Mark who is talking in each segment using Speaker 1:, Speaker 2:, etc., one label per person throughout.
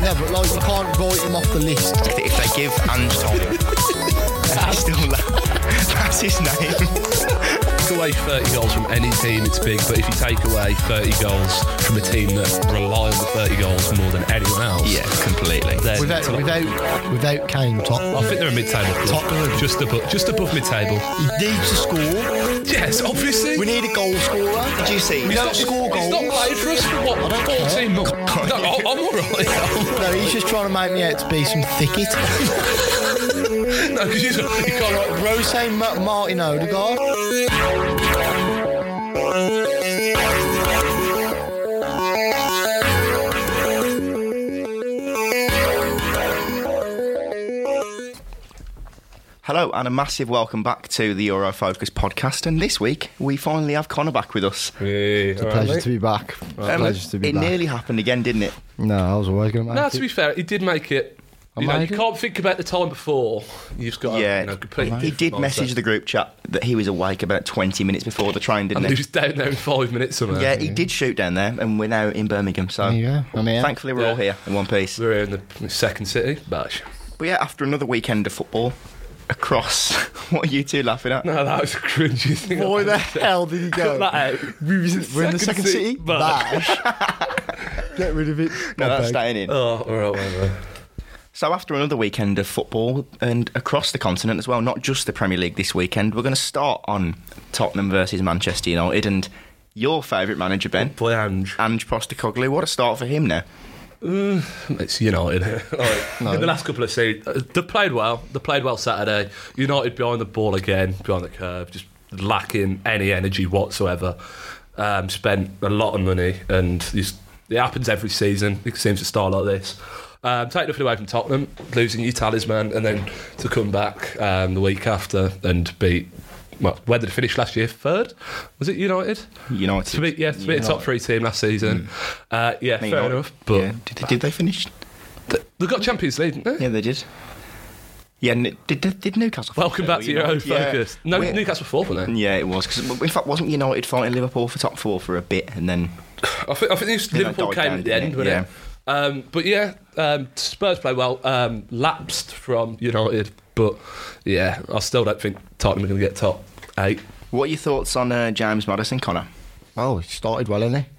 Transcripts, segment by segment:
Speaker 1: Yeah, but like you can't write him off the list.
Speaker 2: If they give Ange Tom, that's still that's his name.
Speaker 3: Take away 30 goals from any team, it's big. But if you take away 30 goals from a team that rely on the 30 goals more than anyone else,
Speaker 2: Yeah, completely.
Speaker 3: then it's
Speaker 1: Without
Speaker 3: a lot.
Speaker 1: without without Kane top.
Speaker 3: I think they're a mid-table club.
Speaker 1: Top of-
Speaker 3: just above, just above mid-table.
Speaker 1: He needs to score.
Speaker 3: Yes, obviously.
Speaker 1: We need a goal scorer.
Speaker 2: Did you see?
Speaker 1: We don't
Speaker 3: He's
Speaker 1: score
Speaker 3: not-
Speaker 1: goals.
Speaker 3: He's not played for us for what?
Speaker 1: don't
Speaker 3: 14 months. No, I- I'm all right.
Speaker 1: No, he's just trying to make me out to be some thicket.
Speaker 3: no, because you can't.
Speaker 1: Rose Ma- Martin Odegaard.
Speaker 2: Hello, and a massive welcome back to the Eurofocus podcast. And this week, we finally have Connor back with us.
Speaker 3: It's
Speaker 1: Pleasure to be back. Pleasure to be
Speaker 2: it
Speaker 1: back.
Speaker 2: nearly happened again, didn't it?
Speaker 1: no, I was always going to make
Speaker 3: No,
Speaker 1: it.
Speaker 3: to be fair, he did make it. You
Speaker 1: I
Speaker 3: know, you
Speaker 1: made it?
Speaker 3: can't think about the time before. You've got, yeah,
Speaker 2: yeah.
Speaker 3: you know, complete.
Speaker 2: he did message the group chat that he was awake about 20 minutes before the train, didn't
Speaker 3: And he
Speaker 2: he?
Speaker 3: was down there in five minutes somehow.
Speaker 2: Yeah, he did shoot down there, and we're now in Birmingham. So
Speaker 1: There you go. I'm here.
Speaker 2: thankfully, we're
Speaker 3: Yeah.
Speaker 2: all here in one piece.
Speaker 3: We're in the second city, bash.
Speaker 2: But yeah, after another weekend of football across, what are you two laughing at?
Speaker 3: No, that was a cringy thing.
Speaker 1: Why the hell did he
Speaker 3: Cut
Speaker 1: go?
Speaker 3: that out.
Speaker 1: We was in- We're in the second
Speaker 3: Second city,
Speaker 1: city.
Speaker 3: but-
Speaker 1: Bash. Get rid of it.
Speaker 2: No, that's
Speaker 1: Bob Beg.
Speaker 2: staying in.
Speaker 3: Oh, all right, whatever.
Speaker 2: So after another weekend of football and across the continent as well, not just the Premier League this weekend, we're going to start on Tottenham versus Manchester United and your favourite manager, Ben,
Speaker 3: Boy, Ange.
Speaker 2: Ange Postacoglu. What a start for him now.
Speaker 3: It's United. Like, In the last couple of seasons, they played well. They played well Saturday. United behind the ball again, behind the curve, just lacking any energy whatsoever. Um, spent a lot of money, and this- it happens every season. It seems to start like this. Um, take nothing away from Tottenham, losing your talisman, and then to come back um, the week after and beat. Well, where did they finish last year? Third? Was it United?
Speaker 2: United. Hmm.
Speaker 3: To be, yeah, to be a top three team last season. Uh, yeah, fair
Speaker 2: United-
Speaker 3: enough. But
Speaker 2: Yeah. Did, they, did they finish?
Speaker 3: Th- They got Champions League, didn't they?
Speaker 2: Yeah, they did. Yeah, N- did, did, did Newcastle?
Speaker 3: Welcome back to your own
Speaker 2: United? Oh, Yeah.
Speaker 3: focus. No,
Speaker 2: We-
Speaker 3: Newcastle four, weren't they?
Speaker 2: Yeah, it was. Cause in fact, wasn't United fighting Liverpool for top four for a bit and then.
Speaker 3: I think, I think it was
Speaker 2: they
Speaker 3: Liverpool
Speaker 2: died
Speaker 3: came
Speaker 2: down,
Speaker 3: at the
Speaker 2: didn't
Speaker 3: end,
Speaker 2: they?
Speaker 3: wasn't it? Um, but yeah, um, Spurs play well. Um, lapsed from United, but yeah, I still don't think Tottenham are going to get top eight.
Speaker 2: What are your thoughts on uh, James Madison, Connor?
Speaker 1: Oh, he started well, hasn't he?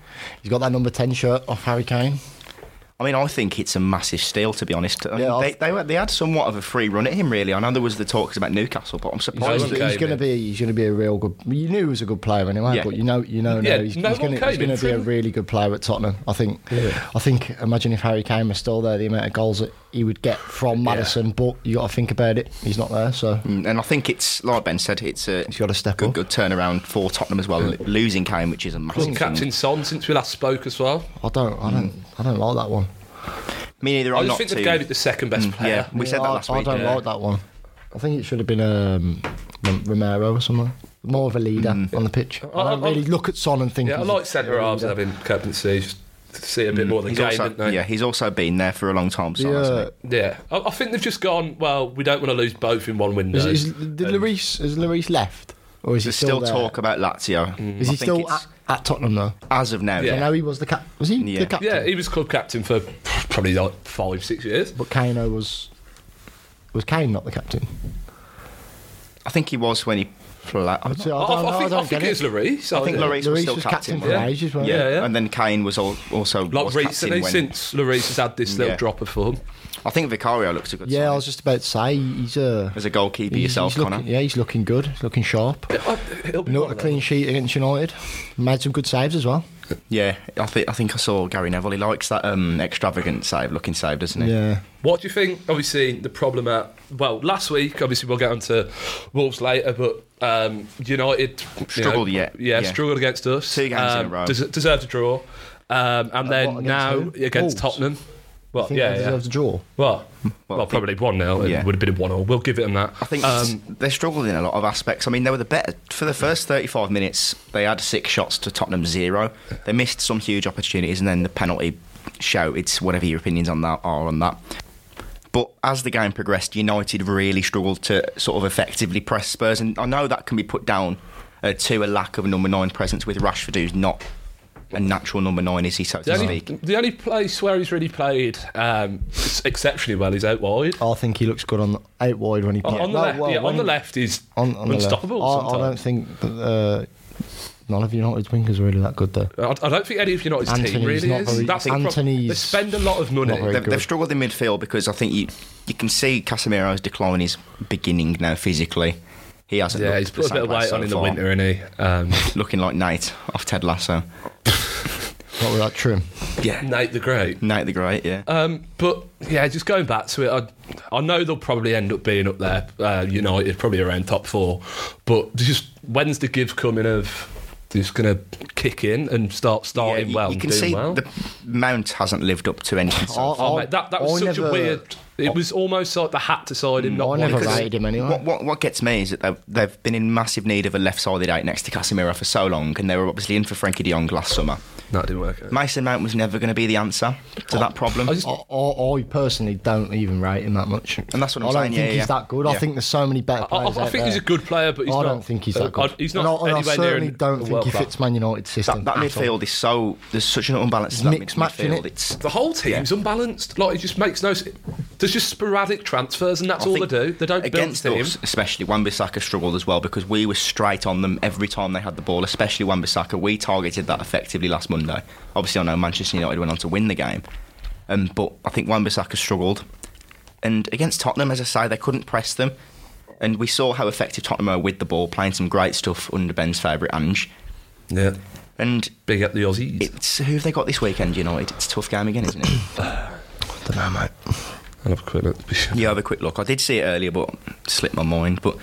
Speaker 1: He's got that number 10 shirt off Harry Kane.
Speaker 2: I mean, I think it's a massive steal, to be honest. I mean,
Speaker 1: Yeah,
Speaker 2: they,
Speaker 1: I-
Speaker 2: they, were, they had somewhat of a free run at him, really. I know there was the talks about Newcastle, but I'm surprised.
Speaker 3: No
Speaker 1: He's,
Speaker 3: one
Speaker 2: that-
Speaker 3: came
Speaker 1: going to
Speaker 3: in.
Speaker 1: be he's going to be a real good. You knew he was a good player anyway,
Speaker 2: Yeah.
Speaker 1: but you know you know
Speaker 3: Yeah,
Speaker 1: now he's,
Speaker 3: no
Speaker 1: he's
Speaker 3: one
Speaker 1: going
Speaker 3: came in
Speaker 1: to be a
Speaker 3: from-
Speaker 1: really good player at Tottenham. I think. I think. Imagine if Harry Kane was still there, the amount of goals that he would get from Madison. But you got to think about it. He's not there, so
Speaker 2: Mm, and I think it's, like Ben said, it's a
Speaker 1: he's got to step
Speaker 2: good,
Speaker 1: up.
Speaker 2: good turnaround for Tottenham as well. Losing Kane, which is a massive.
Speaker 3: Wasn't
Speaker 2: thing.
Speaker 3: Captain Son since we last spoke as well.
Speaker 1: I don't. I don't. I don't like that one.
Speaker 2: Me neither.
Speaker 3: I
Speaker 2: I'm
Speaker 3: just
Speaker 2: not
Speaker 3: think
Speaker 2: too. Mm,
Speaker 3: they gave it the second best player.
Speaker 2: yeah, we said that
Speaker 1: I,
Speaker 2: last
Speaker 1: I
Speaker 2: week.
Speaker 1: don't
Speaker 3: yeah.
Speaker 1: like that one. I think it should have been um, Rom- Romero or someone. More of a leader on the pitch. I,
Speaker 3: Mm. I-
Speaker 1: don't
Speaker 3: I-
Speaker 1: really look at Son and think.
Speaker 3: Yeah, I
Speaker 1: he's a-
Speaker 3: like centre halves having captaincy. Just to see a bit more of the
Speaker 2: Mm, He's
Speaker 3: game,
Speaker 2: also,
Speaker 3: didn't they?
Speaker 2: yeah, he's also been there for a long time. So hasn't he?
Speaker 1: Yeah.
Speaker 3: Yeah. I, I think they've just gone. Well, we don't want to lose both in one window.
Speaker 1: Is, is, did Lloris, has Lloris left? Or is he
Speaker 2: There's
Speaker 1: still,
Speaker 2: still,
Speaker 1: there?
Speaker 2: talk about Lazio.
Speaker 1: Is
Speaker 2: I
Speaker 1: he
Speaker 2: think
Speaker 1: still
Speaker 2: it's-
Speaker 1: at, at Tottenham though?
Speaker 2: as of now?
Speaker 3: Mm. Yeah.
Speaker 1: I know he was the cap. Was he
Speaker 2: Yeah.
Speaker 1: the captain?
Speaker 3: yeah, he was club captain for probably like five, six years.
Speaker 1: But Kano was. Was Kane not the captain?
Speaker 2: I think he was when he. fla- I'm not-
Speaker 1: See, I
Speaker 3: I,
Speaker 1: don't, know,
Speaker 3: I, think,
Speaker 1: I
Speaker 3: I
Speaker 1: don't
Speaker 3: think
Speaker 1: get
Speaker 3: it was
Speaker 1: it.
Speaker 3: Lloris.
Speaker 2: I think
Speaker 3: yeah.
Speaker 2: Lloris was
Speaker 1: Lloris
Speaker 2: still
Speaker 1: was captain
Speaker 2: captain. for
Speaker 1: for
Speaker 2: yeah.
Speaker 1: ages,
Speaker 2: yeah.
Speaker 1: wasn't
Speaker 3: he? Yeah, yeah.
Speaker 2: and then Kane was al- also
Speaker 3: Like
Speaker 2: was
Speaker 3: recently,
Speaker 2: captain when,
Speaker 3: since Lloris has had this little
Speaker 2: Yeah.
Speaker 3: drop of form,
Speaker 2: I think Vicario looks a good.
Speaker 1: Yeah, I
Speaker 2: sign.
Speaker 1: was just about to say he's a.
Speaker 2: as a goalkeeper
Speaker 1: he's,
Speaker 2: yourself,
Speaker 1: he's
Speaker 2: Connor.
Speaker 1: looking, yeah, he's looking good. He's looking sharp.
Speaker 3: he'll be
Speaker 1: Not a clean sheet against United. Made some good saves as well.
Speaker 2: Yeah, I think I think I saw Gary Neville. He likes that um, extravagant save, looking save, doesn't he?
Speaker 1: Yeah.
Speaker 3: What do you think? Obviously, the problem at well last week. Obviously, we'll get onto Wolves later, but um, United you know,
Speaker 2: Struggled, yeah.
Speaker 3: yeah,
Speaker 2: Yeah.
Speaker 3: struggled against us.
Speaker 2: Two games in
Speaker 3: um,
Speaker 2: a row.
Speaker 3: Des- deserved a draw, um, and then
Speaker 1: Uh, what, against
Speaker 3: now
Speaker 1: who?
Speaker 3: against
Speaker 1: Wolves?
Speaker 3: Tottenham.
Speaker 1: I
Speaker 3: Well,
Speaker 1: think
Speaker 3: yeah,
Speaker 1: they
Speaker 3: yeah.
Speaker 1: deserve to draw.
Speaker 3: Well, well,
Speaker 2: Well, I think-
Speaker 3: probably one 0 It
Speaker 2: Yeah.
Speaker 3: would have been a one 0 We'll give it them that. Um,
Speaker 2: I think they struggled in a lot of aspects. I mean, they were the better for the first 35 minutes. They had six shots to Tottenham zero. They missed some huge opportunities, and then the penalty show. It's whatever your opinions on that are on that. But as the game progressed, United really struggled to sort of effectively press Spurs, and I know that can be put down uh, to a lack of a number nine presence with Rashford, who's not a natural number nine, is he, so
Speaker 3: The
Speaker 2: to
Speaker 3: only,
Speaker 2: speak?
Speaker 3: the only place where he's really played um, exceptionally well is out wide.
Speaker 1: I think he looks good on out wide when he
Speaker 3: On,
Speaker 1: plays.
Speaker 3: on the left, yeah, on the left is
Speaker 1: on, on the left.
Speaker 3: unstoppable.
Speaker 1: I, I don't
Speaker 3: sometimes.
Speaker 1: think that, uh, none of United's wingers are really that good though.
Speaker 3: I, I don't think any of United's team
Speaker 1: Anthony's
Speaker 3: really
Speaker 1: not
Speaker 3: is.
Speaker 1: very-
Speaker 3: That's the problem. They
Speaker 1: Anthony's
Speaker 3: spend a lot of money.
Speaker 1: not very
Speaker 2: They've,
Speaker 1: good.
Speaker 2: they've struggled in midfield because I think you you can see Casemiro's decline is beginning now physically. He hasn't.
Speaker 3: yeah,
Speaker 2: looked
Speaker 3: he's
Speaker 2: the
Speaker 3: put a
Speaker 2: same
Speaker 3: bit of
Speaker 2: player
Speaker 3: weight
Speaker 2: so
Speaker 3: on in the
Speaker 2: far.
Speaker 3: winter, and he. Um,
Speaker 2: looking like Nate off Ted Lasso.
Speaker 1: What with that trim?
Speaker 2: Yeah,
Speaker 3: Um, Nate the Great.
Speaker 2: Nate the Great. Yeah,
Speaker 3: Um, but yeah, just going back to it, I, I know they'll probably end up being up there, uh, United, probably around top four. But just when's the give coming of just going to kick in and start
Speaker 2: Yeah,
Speaker 3: starting Oh,
Speaker 2: you,
Speaker 3: well
Speaker 2: you
Speaker 3: and
Speaker 2: can
Speaker 3: doing
Speaker 2: see
Speaker 3: well?
Speaker 2: the Mount hasn't lived up to anything. So
Speaker 1: I-
Speaker 2: far.
Speaker 3: Oh,
Speaker 1: I-
Speaker 3: mate, that, that was
Speaker 1: I
Speaker 3: such
Speaker 1: never- Mm,
Speaker 3: a weird. It was almost like the hat decided him not
Speaker 1: I never
Speaker 3: wanting-
Speaker 2: because-
Speaker 1: rated him anyway.
Speaker 2: What, what, what gets me is that they've, they've been in massive need of a left-sided eight next to Casemiro for so long, and they were obviously in for Frankie de Jong last summer.
Speaker 3: No, it didn't work. out.
Speaker 2: Mason Mount was never going to be the answer to that problem.
Speaker 3: I just-
Speaker 1: I, I, I personally don't even rate him that much.
Speaker 2: And that's what I'm
Speaker 1: I don't
Speaker 2: saying,
Speaker 1: think
Speaker 2: yeah,
Speaker 1: he's
Speaker 2: yeah.
Speaker 1: that good. I
Speaker 2: Yeah.
Speaker 1: think there's so many better
Speaker 3: I, I,
Speaker 1: players.
Speaker 3: I
Speaker 1: out
Speaker 3: think he's
Speaker 1: there.
Speaker 3: a good player, but he's
Speaker 1: I
Speaker 3: not.
Speaker 1: don't think he's that
Speaker 3: uh,
Speaker 1: good.
Speaker 3: He's
Speaker 1: And I,
Speaker 3: not
Speaker 1: and I
Speaker 3: anywhere near.
Speaker 1: certainly
Speaker 3: in-
Speaker 1: don't think he
Speaker 3: world-class.
Speaker 1: fits Man United system.
Speaker 2: that, that
Speaker 1: at all.
Speaker 2: midfield is so there's such an unbalance. to that
Speaker 1: Mixed match,
Speaker 2: midfield.
Speaker 1: innit?
Speaker 2: It's
Speaker 3: The whole team's unbalanced. Like it just makes no. s- There's just sporadic transfers, and that's all they
Speaker 2: think
Speaker 3: do. They don't
Speaker 2: against
Speaker 3: build
Speaker 2: us,
Speaker 3: team.
Speaker 2: especially Wan-Bissaka struggled as well because we were straight on them every time they had the ball, especially Wan-Bissaka. We targeted that effectively last Monday. Obviously, I know Manchester United went on to win the game, um, but I think Wan-Bissaka struggled. And against Tottenham, as I say, they couldn't press them, and we saw how effective Tottenham are with the ball, playing some great stuff under Ben's favourite Ange.
Speaker 3: Yeah,
Speaker 2: And
Speaker 3: big up the Aussies.
Speaker 2: it's who have they got this weekend? United. It's a tough game again, isn't it?
Speaker 1: Dunno, mate.
Speaker 3: I'll have a quick look.
Speaker 2: Yeah, I have a quick look. I did see it earlier, but slipped my mind. But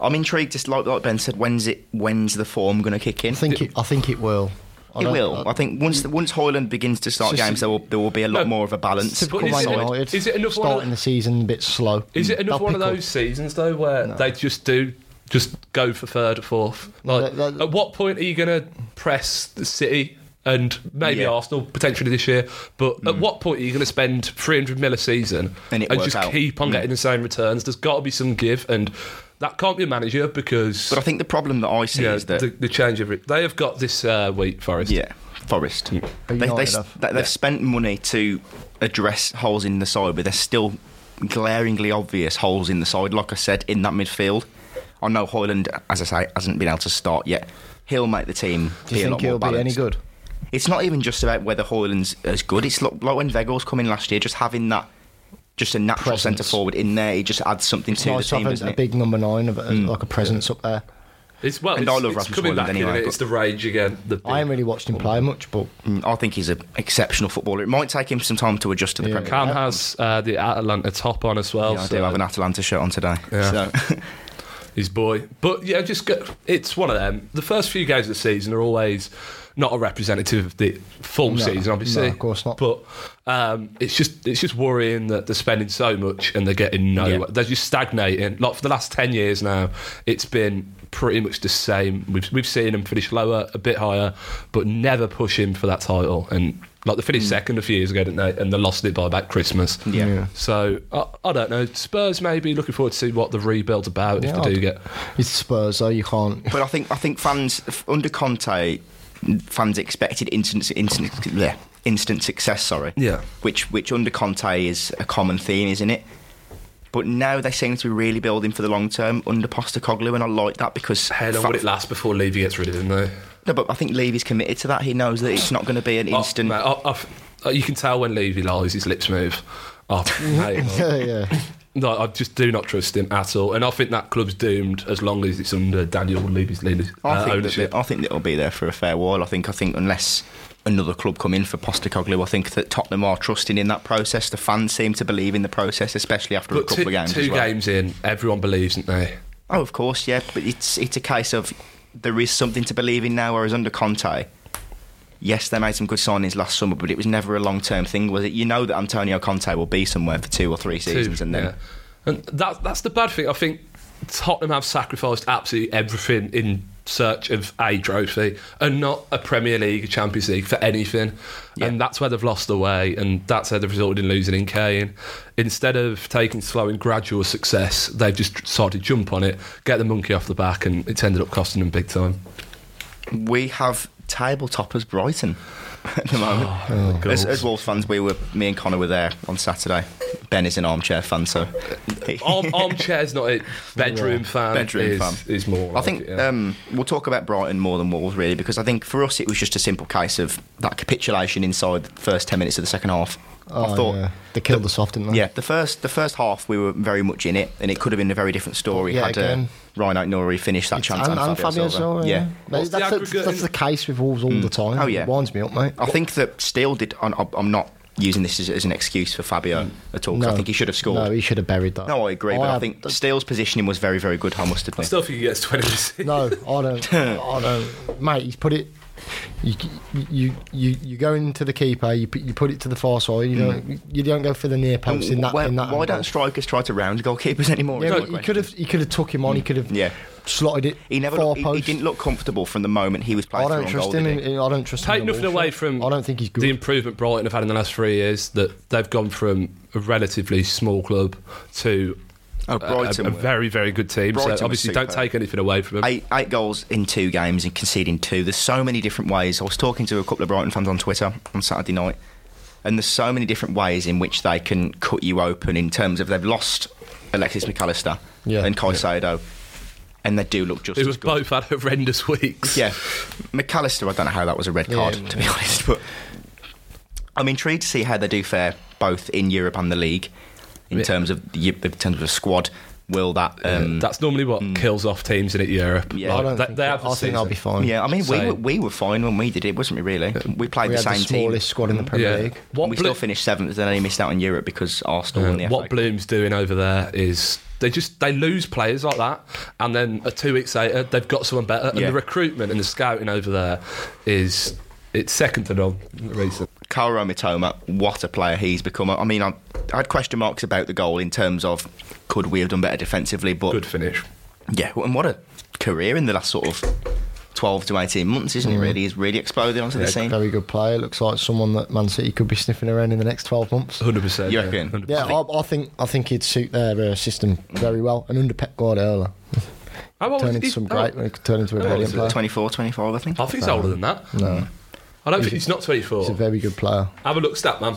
Speaker 2: I'm intrigued. Just like, like Ben said, when's it? When's the form going to kick in?
Speaker 1: I think it, I think it will. I
Speaker 2: it
Speaker 1: don't-
Speaker 2: will. I,
Speaker 1: I-
Speaker 2: think once the, once Hoyland begins to start
Speaker 1: It's just-
Speaker 2: games, there will there will be a lot
Speaker 3: No,
Speaker 2: more of a balance.
Speaker 3: typical
Speaker 2: on
Speaker 1: Come
Speaker 2: the
Speaker 3: is
Speaker 1: on,
Speaker 3: it-
Speaker 2: side.
Speaker 1: United.
Speaker 3: is it enough one of
Speaker 1: starting
Speaker 3: the-
Speaker 1: the season a bit slow?
Speaker 3: Is it another
Speaker 1: They'll
Speaker 3: one of
Speaker 1: pick up.
Speaker 3: those seasons though where they just do just go for third or fourth? Like,
Speaker 1: That- that-
Speaker 3: at what point are you going to press the City and maybe
Speaker 2: Yeah. Mm.
Speaker 3: Arsenal potentially this year? But at what point are you going to spend 300 mil a season
Speaker 2: And it works
Speaker 3: just
Speaker 2: out. Mm.
Speaker 3: keep on getting the same returns? There's got to be some give, and that can't be a manager because
Speaker 2: But I think the problem that I see
Speaker 3: yeah,
Speaker 2: is that
Speaker 3: the, the change of it. They have got this uh, week, Forest.
Speaker 2: yeah, Forest. They, they,
Speaker 1: United
Speaker 2: s-
Speaker 1: have.
Speaker 2: they, have spent money to address holes in the side, but there's still glaringly obvious holes in the side. Like I said, in that midfield, I know Hoyland, as I say, hasn't been able to start yet. He'll make the team.
Speaker 1: Do you
Speaker 2: a
Speaker 1: think
Speaker 2: lot more
Speaker 1: he'll be any
Speaker 2: balanced.
Speaker 1: good?
Speaker 2: it's not even just about whether Hoyland's as good. It's like, like when Vegel's come in last year, just having that, just a natural
Speaker 1: Presence.
Speaker 2: centre forward in there, it just adds something to
Speaker 1: nice
Speaker 2: the
Speaker 1: to
Speaker 2: team,
Speaker 1: have
Speaker 2: doesn't
Speaker 1: a, a
Speaker 2: it? Mm.
Speaker 1: big number nine, of, like a presence up there.
Speaker 3: It's well,
Speaker 2: And
Speaker 3: it's,
Speaker 2: I love
Speaker 3: it's
Speaker 2: Rasmus
Speaker 3: coming
Speaker 2: Hojlund
Speaker 3: back in,
Speaker 2: anyway,
Speaker 3: and it's
Speaker 2: but-
Speaker 3: the rage again. The
Speaker 1: I haven't really watched him play much, but
Speaker 2: Mm, I think he's an exceptional footballer. It might take him some time to adjust to the
Speaker 1: Yeah.
Speaker 2: Premier
Speaker 3: Cam has uh, the Atalanta top on as well.
Speaker 2: League. I do
Speaker 3: so-
Speaker 2: have an Atalanta shirt on today.
Speaker 3: uh, Yeah.
Speaker 2: So.
Speaker 3: his boy. But yeah, just go, it's one of them. The first few games of the season are always not a representative of the full
Speaker 1: No,
Speaker 3: season, obviously.
Speaker 1: no, of course not.
Speaker 3: But um, it's just it's just worrying that they're spending so much and they're getting no.
Speaker 2: Yeah.
Speaker 3: They're just stagnating. Like for the last ten years now, it's been pretty much the same. We've we've seen them finish lower, a bit higher, but never pushing for that title. And like they finished second a few years ago, didn't they? And they lost it by about Christmas.
Speaker 2: Yeah.
Speaker 1: Hmm. Yeah.
Speaker 3: So I, I don't know. Spurs maybe looking forward to see what the rebuild's about
Speaker 1: Yeah,
Speaker 3: if they
Speaker 1: I'd-
Speaker 3: do get
Speaker 2: Mm.
Speaker 1: it's Spurs, so you can't.
Speaker 2: But I think I think fans f- under Conte, fans expected instant instant bleh, instant success. Sorry.
Speaker 3: Yeah.
Speaker 2: Which which under Conte is a common theme, isn't it? But now they seem to be really building for the long term under Postacoglu, and I like that because
Speaker 3: How long
Speaker 2: fa-
Speaker 3: would it last before Levy gets rid of him, though?
Speaker 2: No, but I think Levy's committed to that. He knows that it's not going to be an instant.
Speaker 3: Oh, mate, I- I've- uh, you can tell when Levy lies, his lips move. Oh, mate,
Speaker 1: yeah, yeah.
Speaker 3: no, I just do not trust him at all. And I think that club's doomed as long as it's under Daniel Levy's leaders-
Speaker 2: I,
Speaker 3: uh,
Speaker 2: think that,
Speaker 3: ownership.
Speaker 2: they- I think that it'll be there for a fair while. I think I think unless another club come in for Postacoglu, I think that Tottenham are trusting in that process. The fans seem to believe in the process, especially after a
Speaker 3: Look,
Speaker 2: couple
Speaker 3: two,
Speaker 2: of games.
Speaker 3: two
Speaker 2: as well.
Speaker 3: games in, everyone believes, don't they?
Speaker 2: Oh, of course, yeah, but it's it's a case of there is something to believe in now. Whereas under Conte, yes, they made some good signings last summer, but it was never a long term thing, was it? You know that Antonio Conte will be somewhere for two or three seasons,
Speaker 3: Two,
Speaker 2: and then
Speaker 3: yeah. and that that's the bad thing. I think Tottenham have sacrificed absolutely everything in search of a trophy and not a Premier League, a Champions League for anything.
Speaker 2: Yeah.
Speaker 3: And that's where they've lost the way, and that's how they've resulted in losing in Kane. Instead of taking slow and gradual success, they've just decided to jump on it, get the monkey off the back, and it's ended up costing them big time.
Speaker 2: we have table toppers Brighton at the moment.
Speaker 3: Oh,
Speaker 2: as, as Wolves fans, we were me and Connor were there on Saturday. Ben is an armchair fan, so
Speaker 3: Arm, armchair's not it. Bedroom fan.
Speaker 2: Bedroom
Speaker 3: is,
Speaker 2: fan.
Speaker 3: is more.
Speaker 2: I
Speaker 3: like
Speaker 2: think
Speaker 3: it, yeah.
Speaker 2: um, we'll talk about Brighton more than Wolves, really, because I think for us it was just a simple case of that capitulation inside the first ten minutes of the second half.
Speaker 1: Oh,
Speaker 2: I thought,
Speaker 1: yeah. they killed us off, didn't they?
Speaker 2: yeah, the first the first half we were very much in it, and it could have been a very different story
Speaker 1: Yeah,
Speaker 2: had
Speaker 1: again.
Speaker 2: uh, Ryan Nori finished that chance.
Speaker 1: and, and Fabio Silva, yeah.
Speaker 3: What's
Speaker 1: That's,
Speaker 3: the
Speaker 1: that's,
Speaker 3: aggregate
Speaker 1: that's
Speaker 3: in-
Speaker 1: the case with Wolves all the time.
Speaker 2: Oh, yeah.
Speaker 1: It winds me up, mate.
Speaker 2: I think that Steele did. I'm, I'm- I'm not using this as, as an excuse for Fabio at all. 'cause I think he should have scored.
Speaker 1: Mm. No,
Speaker 2: No,
Speaker 1: he should have buried that.
Speaker 2: I agree, but I
Speaker 1: have-
Speaker 2: think Steele's positioning was very, very good. I must
Speaker 3: I
Speaker 2: admit.
Speaker 3: still think he gets 20 this season.
Speaker 1: No, I don't. I don't. Mate, he's put it. You you you you go into the keeper. You put, you put it to the far side. You don't you don't go for the near
Speaker 2: And
Speaker 1: post in that.
Speaker 2: Mm. why
Speaker 1: in that
Speaker 2: why
Speaker 1: angle.
Speaker 2: don't strikers try to round goalkeepers anymore? is
Speaker 1: Yeah,
Speaker 2: my
Speaker 1: but he
Speaker 2: question.
Speaker 1: could have he could have took him on. He could have
Speaker 2: Mm. Yeah.
Speaker 1: slotted it.
Speaker 2: He never.
Speaker 1: far
Speaker 2: Looked, he,
Speaker 1: post.
Speaker 2: he didn't look comfortable from the moment he was
Speaker 1: I
Speaker 2: played.
Speaker 1: don't
Speaker 2: through on
Speaker 1: trust
Speaker 2: goal,
Speaker 1: him.
Speaker 2: did
Speaker 1: in,
Speaker 2: he?
Speaker 1: I don't trust him.
Speaker 3: Take
Speaker 1: in
Speaker 3: nothing
Speaker 1: Wolves.
Speaker 3: away from
Speaker 1: I don't think he's good.
Speaker 3: the improvement Brighton have had in the last three years. That they've gone from a relatively small club to
Speaker 2: Oh,
Speaker 3: a-
Speaker 2: Brighton
Speaker 3: a, a
Speaker 2: were-
Speaker 3: very very good team.
Speaker 2: Brighton
Speaker 3: so
Speaker 2: were
Speaker 3: obviously don't
Speaker 2: superb.
Speaker 3: take anything away from them.
Speaker 2: Eight, eight goals in two games and conceding two. There's so many different ways. I was talking to a couple of Brighton fans on Twitter on Saturday night, and there's so many different ways in which they can cut you open in terms of they've lost Alexis McAllister
Speaker 1: Yeah.
Speaker 2: and Caicedo, and they do look just
Speaker 3: It
Speaker 2: as
Speaker 3: was
Speaker 2: good.
Speaker 3: both had horrendous weeks.
Speaker 2: Yeah, McAllister. I don't know how that was a red card,
Speaker 1: Yeah.
Speaker 2: to be honest. But I'm intrigued to see how they do fare both in Europe and the league in
Speaker 3: Yeah.
Speaker 2: terms of the, in terms of the squad. Will that? Um,
Speaker 3: That's normally what kills off teams in it, Europe.
Speaker 2: Yeah.
Speaker 1: I
Speaker 3: Like,
Speaker 1: don't.
Speaker 3: they,
Speaker 1: think,
Speaker 3: they have the
Speaker 1: I think I'll
Speaker 3: season.
Speaker 1: be fine.
Speaker 2: yeah, I mean, we
Speaker 3: So-
Speaker 2: were, we were fine when we did it, wasn't we? Really, we played
Speaker 1: we
Speaker 2: the
Speaker 1: had the
Speaker 2: same team.
Speaker 1: smallest squad in the Premier League.
Speaker 3: What
Speaker 2: we
Speaker 3: blew-
Speaker 2: still finished seventh, and then he missed out on Europe because Arsenal won the
Speaker 3: what
Speaker 2: FA.
Speaker 3: Bloom's doing over there is they just they lose players like that, and then uh, two weeks later they've got someone better. And
Speaker 2: Yeah.
Speaker 3: the recruitment and the scouting over there is it's second to none. Recent.
Speaker 2: Kyle Mitoma, what a player he's become. I mean, I, I had question marks about the goal in terms of could we have done better defensively, but
Speaker 3: Good finish.
Speaker 2: Yeah, and what a career in the last sort of 12 to 18 months, isn't it,
Speaker 3: Mm.
Speaker 2: really? He's really exploded onto the scene.
Speaker 1: Very good player. Looks like someone that Man City could be sniffing around in the next 12 months.
Speaker 3: Hundred percent.
Speaker 2: You reckon?
Speaker 1: Yeah, I, I think I think he'd suit their uh, system very well. And under Pep Guardiola,
Speaker 3: How old
Speaker 1: turn
Speaker 3: is
Speaker 1: into
Speaker 3: he?
Speaker 1: some
Speaker 3: Oh,
Speaker 1: great, uh, turn into a
Speaker 3: how old
Speaker 1: brilliant
Speaker 3: is he?
Speaker 1: player.
Speaker 2: 24, 25, I think.
Speaker 3: I think he's older than that.
Speaker 1: No,
Speaker 3: I don't think he's not twenty-four.
Speaker 1: he's a very good player.
Speaker 3: Have a look, stat man.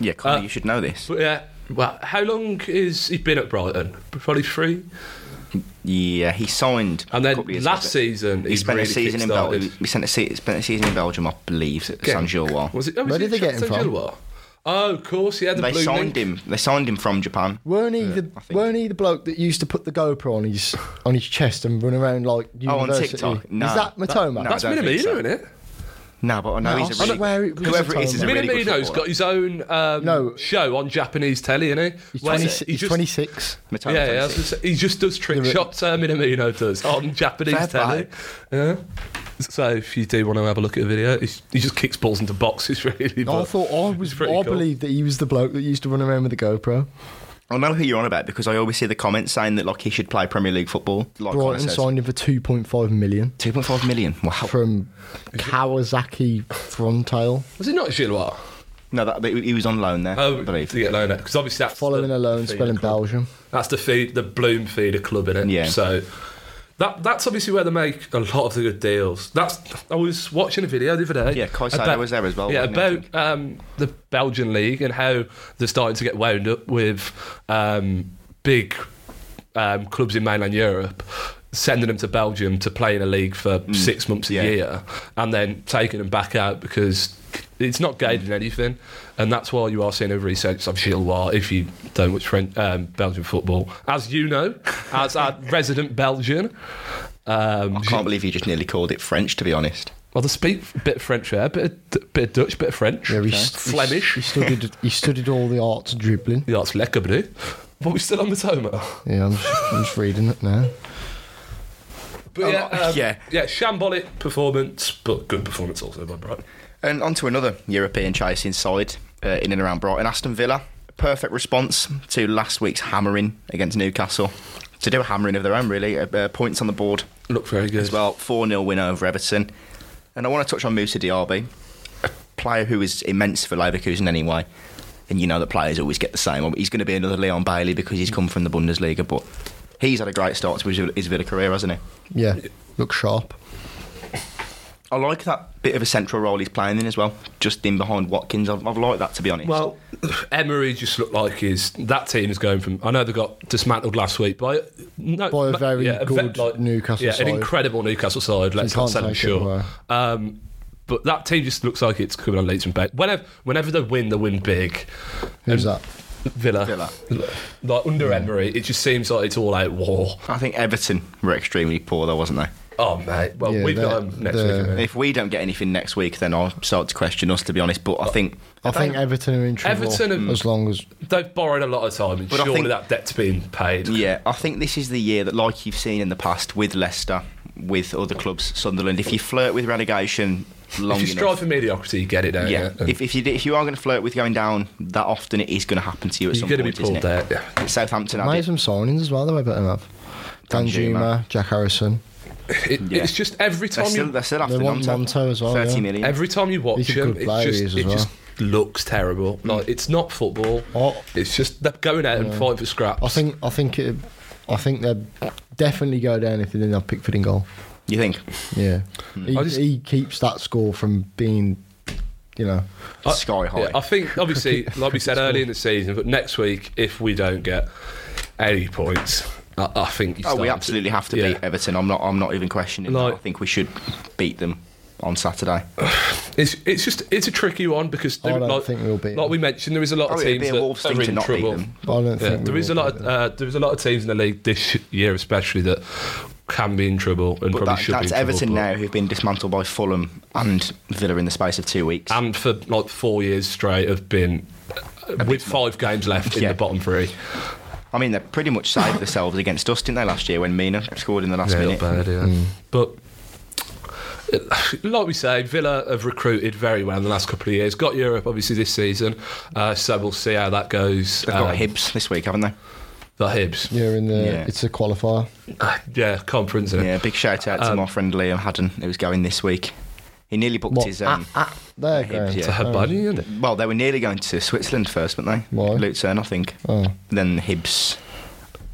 Speaker 2: Yeah, Connor,
Speaker 3: Uh,
Speaker 2: you should know this.
Speaker 3: But yeah, well, how long is he been at Brighton? Probably three.
Speaker 2: Yeah, he signed.
Speaker 3: And
Speaker 2: a couple of
Speaker 3: then
Speaker 2: years
Speaker 3: last
Speaker 2: ago.
Speaker 3: season,
Speaker 2: he spent
Speaker 3: really
Speaker 2: a season in
Speaker 3: kick-started.
Speaker 2: Belgium. He spent a, se- spent a season in Belgium, I believe, at San Gillois.
Speaker 3: Was it? oh,
Speaker 1: Where
Speaker 3: was
Speaker 1: did
Speaker 3: it
Speaker 1: they get him
Speaker 3: San
Speaker 1: from?
Speaker 3: Gillois? Oh, of course, yeah. The
Speaker 2: They
Speaker 3: blue
Speaker 2: signed
Speaker 3: link.
Speaker 2: him. They signed him from Japan.
Speaker 1: Weren't he the
Speaker 2: I think-
Speaker 1: weren't he the bloke that used to put the GoPro on his on his chest and run around like
Speaker 2: Oh, on
Speaker 1: university?
Speaker 2: TikTok? No.
Speaker 1: Is that Matoma?
Speaker 2: That- no.
Speaker 3: That's
Speaker 2: I don't
Speaker 3: Minamino,
Speaker 2: think so.
Speaker 3: isn't it?
Speaker 2: No, but I know
Speaker 1: No, I
Speaker 2: he's
Speaker 1: don't
Speaker 2: a really.
Speaker 1: know where it was
Speaker 2: whoever it is,
Speaker 1: at
Speaker 2: is a
Speaker 1: all.
Speaker 2: really good
Speaker 3: Minamino's
Speaker 2: footballer.
Speaker 3: got his own um,
Speaker 1: No.
Speaker 3: show on Japanese telly, isn't he?
Speaker 1: He's,
Speaker 3: Where
Speaker 1: 20,
Speaker 3: he
Speaker 1: he's
Speaker 3: just-
Speaker 1: 26.
Speaker 3: Yeah,
Speaker 2: Matoma,
Speaker 3: yeah, I
Speaker 2: 26.
Speaker 3: was gonna say, he just does trick
Speaker 1: Yeah, but-
Speaker 3: shots. Uh, Minamino does on Japanese
Speaker 2: Fair
Speaker 3: telly. Yeah. So if you do want to have a look at a video, he's, he just kicks balls into boxes. Really,
Speaker 1: I
Speaker 3: but
Speaker 1: thought I was.
Speaker 3: it's
Speaker 1: I
Speaker 3: pretty cool.
Speaker 1: believed that he was the bloke that used to run around with the GoPro.
Speaker 2: I know who you're on about because I always see the comments saying that like he should play Premier League football. Like Connor
Speaker 1: Brighton
Speaker 2: Oh, says.
Speaker 1: signed him for 2.5 million
Speaker 2: 2.5 million. Wow.
Speaker 1: from Kawasaki Frontale.
Speaker 3: was it not Gillois?
Speaker 2: No, that, he was on loan there,
Speaker 3: Oh,
Speaker 2: I believe.
Speaker 3: to get loaned because obviously that's
Speaker 1: Following
Speaker 3: the,
Speaker 1: a loan
Speaker 3: the
Speaker 1: spell in
Speaker 3: feeder club.
Speaker 1: Belgium.
Speaker 3: That's the feed, the Bloom feeder club in it.
Speaker 2: Yeah.
Speaker 3: So that that's obviously where they make a lot of the good deals. That's I was watching a video the other day.
Speaker 2: Yeah, Caicedo
Speaker 3: about-
Speaker 2: was there as well,
Speaker 3: Yeah,
Speaker 2: wasn't he, I
Speaker 3: about um, the Belgian league and how they're starting to get wound up with um, big um, clubs in mainland Europe. Sending them to Belgium to play in a league for six months a
Speaker 2: yeah.
Speaker 3: year, and then taking them back out because it's not gauged in anything, and that's why you are seeing a resurgence of Chilwell if you don't watch French, um, Belgian football, as you know, as our resident Belgian. Um,
Speaker 2: I can't believe you just nearly called it French, to be honest.
Speaker 3: well, they speak a bit of French there, bit of, bit of Dutch, bit of French,
Speaker 1: Yeah, he, s-
Speaker 3: Flemish.
Speaker 1: He studied. he studied all the arts of dribbling.
Speaker 3: Yeah, it's lekker, bro. But we're still on the Toma.
Speaker 2: Oh.
Speaker 1: Yeah, I'm just, I'm just reading it now.
Speaker 3: But yeah,
Speaker 2: Oh,
Speaker 3: um,
Speaker 2: yeah.
Speaker 3: yeah, shambolic performance, but good performance also by Brighton.
Speaker 2: And on to another European chase inside, uh, in and around Brighton. Aston Villa, perfect response to last week's hammering against Newcastle. To do a hammering of their own, really. Uh, uh, points on the board
Speaker 3: Look very good
Speaker 2: as well. 4 0 win over Everton. And I want to touch on Musa Diaby, a player who is immense for Leverkusen anyway. And you know that players always get the same. He's going to be another Leon Bailey because he's come from the Bundesliga, but he's had a great start to his, his Villa career, hasn't he?
Speaker 1: Yeah, look sharp.
Speaker 2: I like that bit of a central role he's playing in as well, just in behind Watkins. I've, I've liked that to be honest.
Speaker 3: Well, Emery just looked like his that team is going from. I know they got dismantled last week by no,
Speaker 1: By a
Speaker 3: ma-
Speaker 1: very
Speaker 3: yeah, ve-
Speaker 1: good Newcastle
Speaker 3: yeah,
Speaker 1: side.
Speaker 3: an incredible Newcastle side. Let's
Speaker 1: you
Speaker 3: not
Speaker 1: can't
Speaker 3: say
Speaker 1: take it
Speaker 3: sure.
Speaker 1: away.
Speaker 3: Um, but that team just looks like it's coming on leaps and bounds. Whenever, whenever they win, they win big.
Speaker 1: Who's
Speaker 3: And
Speaker 1: that?
Speaker 3: Villa.
Speaker 2: Villa.
Speaker 3: Like under Emery, it just seems like it's all out war.
Speaker 2: I think Everton were extremely poor though, wasn't they?
Speaker 3: Oh mate, well
Speaker 1: Yeah,
Speaker 3: we've got
Speaker 1: they're-
Speaker 3: them next
Speaker 1: they're-
Speaker 3: week. haven't we?
Speaker 2: If we don't get anything next week, then I'll start to question us, to be honest. But I think
Speaker 1: I think Everton are in trouble.
Speaker 3: Everton are-
Speaker 1: as long as
Speaker 3: They've borrowed a lot of time, and
Speaker 2: But I
Speaker 3: surely
Speaker 2: think-
Speaker 3: that debt's being paid.
Speaker 2: Yeah, I think this is the year that, like you've seen in the past with Leicester, with other clubs, Sunderland, if you flirt with relegation long
Speaker 3: if you strive
Speaker 2: enough.
Speaker 3: for mediocrity, you get it. Don't
Speaker 2: Yeah,
Speaker 3: you?
Speaker 2: if, if you do- if you are going to flirt with going down that often, it is going to happen to you at
Speaker 3: you're
Speaker 2: some
Speaker 3: going
Speaker 2: point.
Speaker 3: to be
Speaker 2: isn't
Speaker 3: pulled
Speaker 2: it?
Speaker 3: out. Yeah.
Speaker 2: Southampton had
Speaker 1: made
Speaker 2: it.
Speaker 1: some signings as well. They were better than have. Dan
Speaker 2: Dan Juma.
Speaker 1: Juma, Jack Harrison.
Speaker 3: It,
Speaker 2: Yeah.
Speaker 3: It's just every
Speaker 2: They're
Speaker 3: time
Speaker 2: still,
Speaker 3: you
Speaker 2: they're still
Speaker 1: They
Speaker 2: after
Speaker 1: want
Speaker 2: Nanto.
Speaker 1: Nanto as well,
Speaker 2: 30
Speaker 1: yeah.
Speaker 2: million.
Speaker 3: every time you watch
Speaker 1: He's a
Speaker 3: him,
Speaker 1: good
Speaker 3: it
Speaker 1: player,
Speaker 3: just
Speaker 1: he is
Speaker 3: it
Speaker 1: as
Speaker 3: just looks terrible. Like it's not football.
Speaker 1: Oh.
Speaker 3: It's just they're going out and fighting for scraps.
Speaker 1: I think I think it, I think they'd definitely go down if they didn't have Pickford in goal.
Speaker 2: you think?
Speaker 1: Yeah, he,
Speaker 3: Hmm. I just-
Speaker 1: he keeps that score from being, you know,
Speaker 3: I-
Speaker 2: Sky high.
Speaker 3: Yeah, I think obviously, like we said early in the season, but next week if we don't get any points, I, I think you
Speaker 2: Oh,
Speaker 3: start
Speaker 2: we
Speaker 3: to-
Speaker 2: absolutely have to
Speaker 3: Yeah.
Speaker 2: beat Everton. I'm not. I'm not even questioning. that.
Speaker 3: Like-
Speaker 2: I think we should beat them on Saturday.
Speaker 3: It's it's just it's a tricky one because
Speaker 1: I
Speaker 3: there-
Speaker 1: don't
Speaker 3: like,
Speaker 1: think we'll beat
Speaker 3: like we mentioned, there is a lot
Speaker 2: Oh,
Speaker 3: of
Speaker 2: it'd be
Speaker 3: teams
Speaker 2: a Wolves
Speaker 3: that
Speaker 2: thing
Speaker 3: are
Speaker 2: to
Speaker 3: in
Speaker 2: not beat
Speaker 3: trouble.
Speaker 2: them.
Speaker 1: I don't
Speaker 3: Yeah,
Speaker 1: think
Speaker 3: there
Speaker 1: we
Speaker 3: is a
Speaker 1: will
Speaker 3: lot.
Speaker 1: beat
Speaker 3: Of,
Speaker 1: them.
Speaker 3: uh, there is a lot of teams in the league this year, especially that can be in trouble and
Speaker 2: But
Speaker 3: probably
Speaker 2: that,
Speaker 3: should
Speaker 2: that's
Speaker 3: be in trouble,
Speaker 2: Everton
Speaker 3: but-
Speaker 2: now, who've been dismantled by Fulham and Villa in the space of two weeks.
Speaker 3: and for like four years straight have been uh, with five games left in
Speaker 2: Yeah.
Speaker 3: the bottom three.
Speaker 2: I mean, they pretty much saved themselves against us, didn't they, last year when Mina scored in the last minute?
Speaker 1: Mm.
Speaker 3: But like we say, Villa have recruited very well in the last couple of years. Got Europe obviously this season, uh, so we'll see how that goes.
Speaker 2: They've
Speaker 3: Um,
Speaker 2: got Hibs this week, haven't they?
Speaker 3: The Hibs,
Speaker 1: yeah, in the
Speaker 2: Yeah.
Speaker 1: it's a qualifier.
Speaker 3: Ah, yeah, Uh, conference. Isn't it?
Speaker 2: Yeah, big shout out to my friend Liam Haddon, who was going this week. He nearly booked
Speaker 1: What?
Speaker 2: his.
Speaker 3: Ah,
Speaker 2: Um,
Speaker 1: There,
Speaker 2: Hibs,
Speaker 1: Graham.
Speaker 2: yeah.
Speaker 3: To her buddy, isn't it?
Speaker 2: well, they were nearly going to Switzerland first, weren't they?
Speaker 1: Why?
Speaker 2: Lucerne, I think.
Speaker 1: Oh,
Speaker 2: Then Hibs.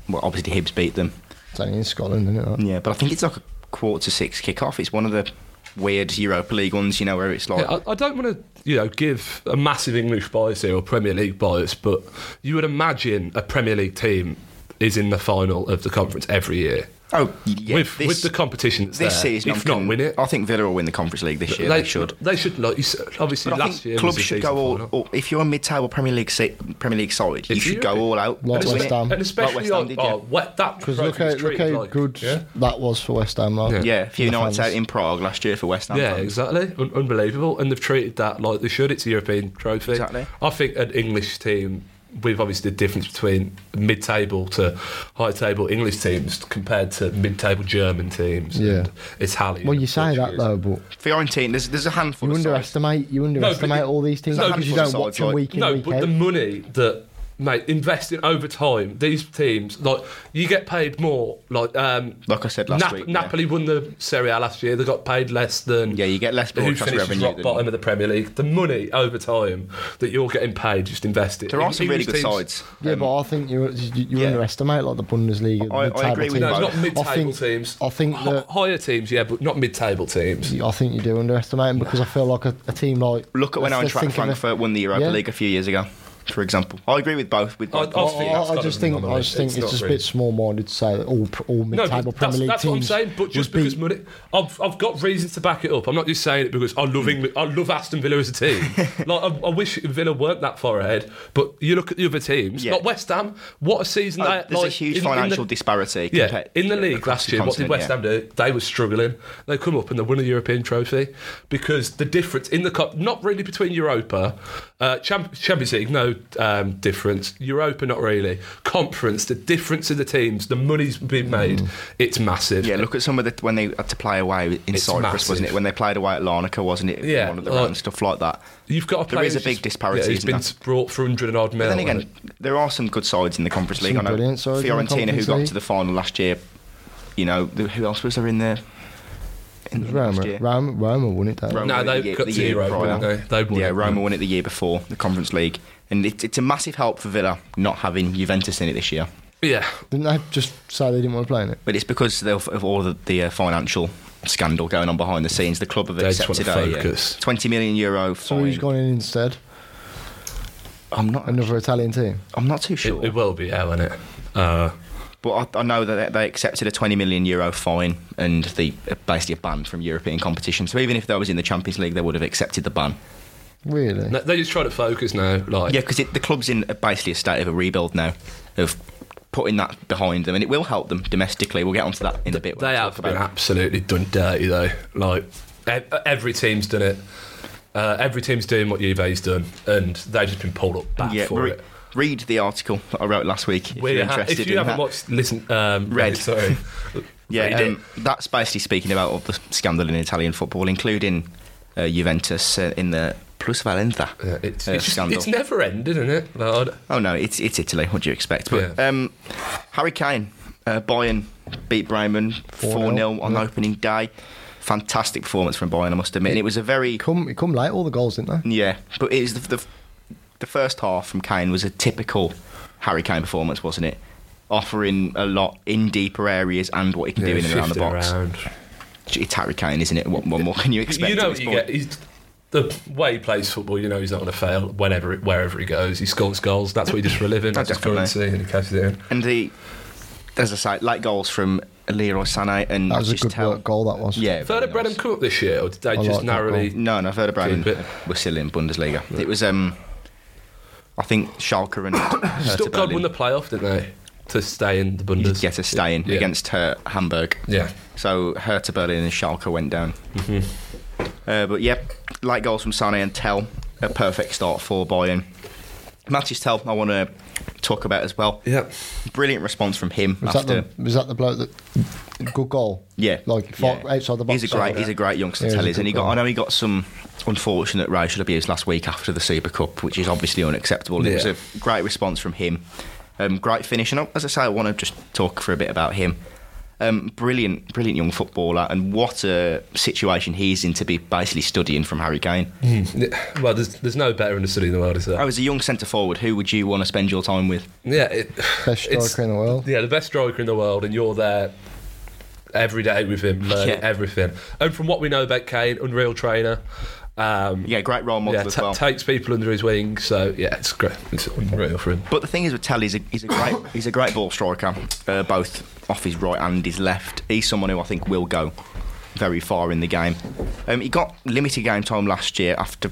Speaker 2: Well, obviously Hibs beat them.
Speaker 1: it's only in Scotland, isn't it? that?
Speaker 2: Yeah, but I think it's like a quarter to six kickoff. It's one of the weird Europa League ones, you know, where it's like.
Speaker 3: Yeah, I, I don't want to, you know, give a massive English bias here or Premier League bias, but you would imagine a Premier League team is in the final of the conference every year.
Speaker 2: oh, y- yeah.
Speaker 3: with,
Speaker 2: this,
Speaker 3: with the competition that's
Speaker 2: this
Speaker 3: there,
Speaker 2: season,
Speaker 3: if
Speaker 2: I'm
Speaker 3: not
Speaker 2: con-
Speaker 3: win it,
Speaker 2: I think Villa will win the Conference League this year. They, should.
Speaker 3: They should. Like, you said, obviously,
Speaker 2: But I
Speaker 3: last year
Speaker 2: think clubs
Speaker 3: was a
Speaker 2: should
Speaker 3: decent
Speaker 2: go all,
Speaker 3: final.
Speaker 2: all. If you're a mid-table Premier League se- Premier League side, you
Speaker 3: It's
Speaker 2: should go
Speaker 3: Europe.
Speaker 2: all out.
Speaker 1: Like
Speaker 2: to win
Speaker 1: West
Speaker 2: it.
Speaker 1: Ham.
Speaker 3: and especially
Speaker 2: West Ham
Speaker 3: like,
Speaker 2: did, yeah.
Speaker 3: oh, what that
Speaker 1: Because look
Speaker 3: trophy's
Speaker 1: how look how
Speaker 3: treated like-
Speaker 1: good
Speaker 3: Yeah,
Speaker 1: that was for West Ham. Like,
Speaker 2: Yeah, a few
Speaker 1: The
Speaker 2: nights
Speaker 1: fans.
Speaker 2: out in Prague last year for West Ham.
Speaker 3: Yeah,
Speaker 2: fans.
Speaker 3: exactly. Un- unbelievable. And they've treated that like they should. It's a European trophy.
Speaker 2: Exactly.
Speaker 3: I think an English team. With obviously the difference between mid-table to high-table English teams compared to mid-table German teams,
Speaker 1: Yeah.
Speaker 3: and Italian.
Speaker 1: Well, you
Speaker 3: and
Speaker 1: say that
Speaker 3: Portuguese.
Speaker 1: though, but
Speaker 2: Fiorentina, there's, there's a handful.
Speaker 1: you
Speaker 2: of sides.
Speaker 1: underestimate you underestimate
Speaker 3: you-
Speaker 1: all these teams
Speaker 2: no,
Speaker 1: because you
Speaker 2: because
Speaker 1: don't watch
Speaker 2: sides like-
Speaker 1: them week in
Speaker 3: No,
Speaker 1: week
Speaker 3: but
Speaker 1: out.
Speaker 3: the money that mate investing over time, these teams like you get paid more. Like um,
Speaker 2: Like I said last
Speaker 3: Nap-
Speaker 2: week, yeah.
Speaker 3: Napoli won the Serie A last year. They got paid less than
Speaker 2: Yeah, you get less
Speaker 3: who
Speaker 2: broadcast
Speaker 3: finishes
Speaker 2: revenue.
Speaker 3: rock
Speaker 2: than-
Speaker 3: bottom of the Premier League. The money over time that you're getting paid just invested.
Speaker 2: There are some really
Speaker 3: English
Speaker 2: good
Speaker 3: teams-
Speaker 2: sides.
Speaker 1: Yeah, but I think you you, you
Speaker 2: yeah.
Speaker 1: underestimate like the Bundesliga.
Speaker 2: I- I
Speaker 1: mid-table
Speaker 2: agree with
Speaker 1: teams.
Speaker 3: No, it's
Speaker 2: Well,
Speaker 3: not mid-table
Speaker 1: I think-
Speaker 3: teams.
Speaker 1: I think
Speaker 3: Hi-
Speaker 1: that
Speaker 3: higher teams, yeah, but not mid-table teams.
Speaker 1: I think you do underestimate them because I feel like a, a team like
Speaker 2: Look at when
Speaker 1: let's- let's
Speaker 2: Eintracht
Speaker 1: think of it.
Speaker 2: Frankfurt won the Europa
Speaker 1: Yeah.
Speaker 2: League a few years ago, for example. I agree with both. With both.
Speaker 3: I-
Speaker 1: I,
Speaker 3: I think that's
Speaker 1: Oh, I, I
Speaker 3: kind
Speaker 1: just
Speaker 3: of
Speaker 1: think
Speaker 3: anomaly.
Speaker 1: I just think
Speaker 3: It's
Speaker 1: it's,
Speaker 3: not
Speaker 1: just a
Speaker 3: really-
Speaker 1: bit small-minded to say that all all
Speaker 3: No,
Speaker 1: mid-table
Speaker 3: but
Speaker 1: Premier
Speaker 3: that's,
Speaker 1: League
Speaker 3: that's what I'm
Speaker 1: teams.
Speaker 3: saying. But just
Speaker 1: would beat-
Speaker 3: because money, I've, I've got reasons to back it up. I'm not just saying it because I love England. I love Aston Villa as a team. like I, I wish Villa weren't that far ahead. But you look at the other teams,
Speaker 2: Yeah.
Speaker 3: like West Ham. What a season!
Speaker 2: Oh,
Speaker 3: they,
Speaker 2: there's
Speaker 3: like,
Speaker 2: a huge
Speaker 3: in- in the-
Speaker 2: financial disparity.
Speaker 3: Yeah,
Speaker 2: compared-
Speaker 3: in the league
Speaker 2: across
Speaker 3: last
Speaker 2: the
Speaker 3: year, what did
Speaker 2: continent,
Speaker 3: West
Speaker 2: yeah.
Speaker 3: Ham do? They were struggling. They come up and they won a European trophy because the difference in the cup, not really between Europa, uh, Champ- Champions League, no um, difference. Europa, not really. Conference, the difference in the teams, the money's being made, it's massive.
Speaker 2: Mm. Yeah, look at some of the when they had to play away in Cyprus, wasn't
Speaker 3: massive.
Speaker 2: it? When they played away at Larnaca, wasn't it?
Speaker 3: Yeah,
Speaker 2: one of the
Speaker 3: like-
Speaker 2: rounds, stuff like that.
Speaker 3: You've got a
Speaker 2: There
Speaker 3: player
Speaker 2: is a
Speaker 3: who's
Speaker 2: big
Speaker 3: just-
Speaker 2: disparity,
Speaker 3: Yeah, he's
Speaker 2: isn't
Speaker 3: been
Speaker 2: there?
Speaker 3: brought for hundred and odd mil.
Speaker 2: But then
Speaker 3: and
Speaker 2: again, there are some good sides in the Conference League. I know
Speaker 1: brilliant sides in the
Speaker 2: Fiorentina, who
Speaker 1: Conference
Speaker 2: got
Speaker 1: League.
Speaker 2: to the final last year. You know, the- who else was there in there? In the last
Speaker 1: Roma,
Speaker 2: year?
Speaker 1: Roma, Roma won it. That
Speaker 2: Roma
Speaker 3: No,
Speaker 2: won it
Speaker 3: they
Speaker 2: the year-
Speaker 3: got
Speaker 2: the
Speaker 3: to
Speaker 2: year
Speaker 3: Europa,
Speaker 2: prior.
Speaker 3: didn't they? They won
Speaker 2: yeah,
Speaker 3: it.
Speaker 2: Roma won it the year before the Conference League, and it, it's a massive help for Villa not having Juventus in it this year.
Speaker 3: yeah,
Speaker 1: didn't they just say they didn't want to play in it?
Speaker 2: But it's because of, of all the, the uh, financial scandal going on behind the scenes. The club have
Speaker 3: They just
Speaker 2: accepted
Speaker 3: wanna
Speaker 2: a uh,
Speaker 3: focus.
Speaker 2: 20 million euro fine.
Speaker 1: So who's going in instead?
Speaker 2: I'm not.
Speaker 1: Another Italian team.
Speaker 2: I'm not too
Speaker 3: It,
Speaker 2: sure.
Speaker 3: it will be, yeah, won't it? Uh,
Speaker 2: But I, I know that they accepted a 20 million euro fine and they uh, basically banned from European competition. So even if they was in the Champions League, they would have accepted the ban.
Speaker 1: Really?
Speaker 3: no, they just try to focus now. Like,
Speaker 2: Yeah, because the club's in a, basically a state of a rebuild now, of putting that behind them, and it will help them domestically. We'll get onto that in a bit. when
Speaker 3: They
Speaker 2: we
Speaker 3: have
Speaker 2: talk
Speaker 3: been
Speaker 2: about
Speaker 3: absolutely done dirty though. Like e- every team's done it. Uh, every team's doing what Juve's done, and they've just been pulled up back
Speaker 2: Yeah,
Speaker 3: for
Speaker 2: re-
Speaker 3: it.
Speaker 2: read the article that I wrote last week if
Speaker 3: We're
Speaker 2: you're
Speaker 3: ha-
Speaker 2: interested.
Speaker 3: if you
Speaker 2: in
Speaker 3: haven't
Speaker 2: that.
Speaker 3: watched, listen, um,
Speaker 2: Read.
Speaker 3: read. Sorry,
Speaker 2: yeah,
Speaker 3: Read it.
Speaker 2: um, that's basically speaking about all the scandal in Italian football, including uh, Juventus uh, in the Plus Valenza.
Speaker 3: Yeah, it's,
Speaker 2: uh,
Speaker 3: it's, just-
Speaker 2: scandal.
Speaker 3: it's never ended, isn't it? Like, I'd-
Speaker 2: Oh no, it's it's Italy. What do you expect? But
Speaker 3: Yeah.
Speaker 2: um, Harry Kane, uh, Bayern beat Bremen four 0 on opening day. Fantastic performance from Bayern, I must admit. And it was a very
Speaker 1: Come, it come late. All the goals, didn't they?
Speaker 2: yeah, but it is the, the the first half from Kane was a typical Harry Kane performance, wasn't it? Offering a lot in deeper areas and what he can
Speaker 3: yeah,
Speaker 2: do in and around the
Speaker 3: shifting
Speaker 2: box.
Speaker 3: around.
Speaker 2: It's Harry Kane, isn't it? What, what more can you expect?
Speaker 3: You
Speaker 2: at
Speaker 3: know
Speaker 2: this
Speaker 3: what you
Speaker 2: point?
Speaker 3: get. He's, the way he plays football, you know he's not going to fail whenever wherever he goes. He scores goals. That's what he does for a living. That's his
Speaker 2: Oh, definitely.
Speaker 3: currency, and he catches it in.
Speaker 2: And the as I say, late goals from Leroy Sané and
Speaker 1: That was a
Speaker 2: just
Speaker 1: good
Speaker 2: tell-
Speaker 1: work goal. That was.
Speaker 2: Yeah,
Speaker 3: Third of
Speaker 2: very
Speaker 3: Brenham
Speaker 2: nice.
Speaker 3: come up this year, or did they
Speaker 1: like
Speaker 3: just
Speaker 1: that
Speaker 3: narrowly?
Speaker 2: No, no, Werder Bremen
Speaker 3: Keep it.
Speaker 2: were still in Bundesliga. It was, um, I think, Schalke and Hertha
Speaker 3: Stuttgart won
Speaker 2: Berlin
Speaker 3: the playoff, didn't they? To stay in the Bundes.
Speaker 2: did get a stay in
Speaker 3: Yeah.
Speaker 2: against her, Hamburg.
Speaker 3: Yeah.
Speaker 2: So Hertha Berlin and Schalke went down.
Speaker 3: Mm-hmm.
Speaker 2: Uh, but yeah, light goals from Sane and Tell, a perfect start for Bayern. Matthews Tell, I want to talk about as well.
Speaker 3: Yeah.
Speaker 2: Brilliant response from him
Speaker 1: Was that
Speaker 2: after.
Speaker 1: the was that the bloke that good goal?
Speaker 2: Yeah,
Speaker 1: Like fought
Speaker 2: yeah.
Speaker 1: outside the box.
Speaker 2: He's a great, he's a great youngster,
Speaker 1: Yeah, he's a
Speaker 2: Tell is, and he
Speaker 1: good
Speaker 2: got. I
Speaker 1: player.
Speaker 2: know he got some unfortunate racial abuse last week after the Super Cup, which is obviously unacceptable. and It was
Speaker 3: Yeah.
Speaker 2: a great response from him. Um, great finish, and I- as I say, I want to just talk for a bit about him. Um, brilliant, brilliant young footballer, and what a situation he's in to be basically studying from Harry Kane.
Speaker 3: Yeah. Well, there's, there's no better in the city in the world, is there?
Speaker 2: I was a young centre forward. Who would you want to spend your time with?
Speaker 3: yeah. It,
Speaker 1: Best
Speaker 3: it's-
Speaker 1: striker in the world.
Speaker 3: Yeah, the best striker in the world, and you're there every day with him, learning
Speaker 2: Yeah.
Speaker 3: everything. And from what we know about Kane, unreal trainer. Um,
Speaker 2: Yeah, great role model
Speaker 3: yeah,
Speaker 2: as
Speaker 3: ta-
Speaker 2: well.
Speaker 3: takes people under his wing. So yeah, it's great. It's unreal for him.
Speaker 2: But the thing is with Tell, he's a, he's a great he's a great ball striker, uh, both off his right and his left. He's someone who I think will go very far in the game. Um, he got limited game time last year after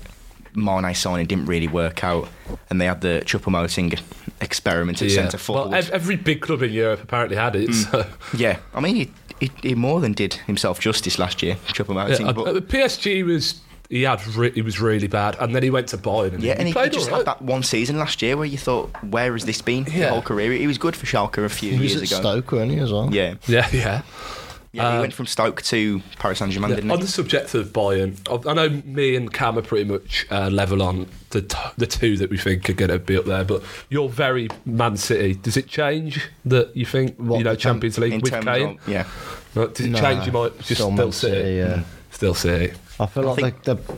Speaker 2: Mane signing didn't really work out, and they had the triple moting experiment at
Speaker 3: Yeah.
Speaker 2: centre Hmm. forward.
Speaker 3: Well, ev- every big club in Europe apparently had it. So.
Speaker 2: yeah, I mean he, he he more than did himself justice last year, triple moting.
Speaker 3: Yeah,
Speaker 2: but
Speaker 3: uh, PSG was he had re- he was really bad, and then he went to Bayern. And
Speaker 2: Yeah, and he,
Speaker 3: played
Speaker 2: just
Speaker 3: all
Speaker 2: had
Speaker 3: right.
Speaker 2: that one season last year where you thought, where has this been? The
Speaker 3: Yeah.
Speaker 2: whole career. He was good for Schalke a few
Speaker 1: He was
Speaker 2: years
Speaker 1: at
Speaker 2: ago.
Speaker 1: Stoke, wasn't he as well?
Speaker 2: Yeah,
Speaker 3: Yeah, yeah.
Speaker 2: yeah. he went from Stoke to Paris Saint Germain, didn't he?
Speaker 3: Uh, On the subject of Bayern, I I know me and Cam are pretty much uh, level on the t- the two that we think are going to be up there. But you're very Man City. Does it change that you think
Speaker 1: What,
Speaker 3: you know
Speaker 1: the champ-
Speaker 3: Champions League
Speaker 2: in
Speaker 3: with
Speaker 2: terms
Speaker 3: Kane?
Speaker 2: of- yeah.
Speaker 3: Like, Does it
Speaker 1: Nah,
Speaker 3: change? You might just
Speaker 1: still
Speaker 3: still,
Speaker 1: Man
Speaker 3: City.
Speaker 1: City, yeah.
Speaker 3: Still City.
Speaker 1: I feel like
Speaker 2: think-
Speaker 1: the, the.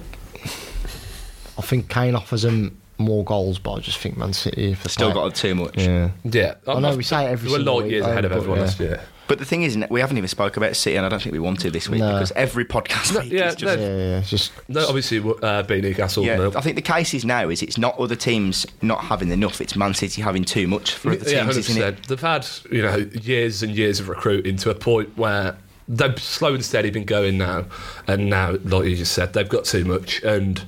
Speaker 1: I think Kane offers him more goals, but I just think Man City have
Speaker 2: Still got too much.
Speaker 1: Yeah.
Speaker 3: Yeah,
Speaker 1: I know, we say it every
Speaker 3: We're
Speaker 1: single
Speaker 3: light
Speaker 1: week,
Speaker 3: years
Speaker 1: though,
Speaker 3: ahead of
Speaker 1: but
Speaker 3: everyone
Speaker 1: yeah.
Speaker 3: last year.
Speaker 2: But the thing is, we haven't even spoke about City, and I don't think we want to this week
Speaker 1: No.
Speaker 2: because every podcast
Speaker 3: No,
Speaker 2: week
Speaker 3: yeah,
Speaker 2: is just.
Speaker 1: Yeah,
Speaker 3: no.
Speaker 1: yeah, it's just
Speaker 3: No, obviously uh, beating Newcastle.
Speaker 2: Yeah,
Speaker 3: no.
Speaker 2: I think the case is now is it's not other teams not having enough; it's Man City having too much for other
Speaker 3: yeah,
Speaker 2: teams, isn't it?
Speaker 3: 100%. They've had you know years and years of recruiting to a point where they've slow and steady been going now, and now like you just said, they've got too much, and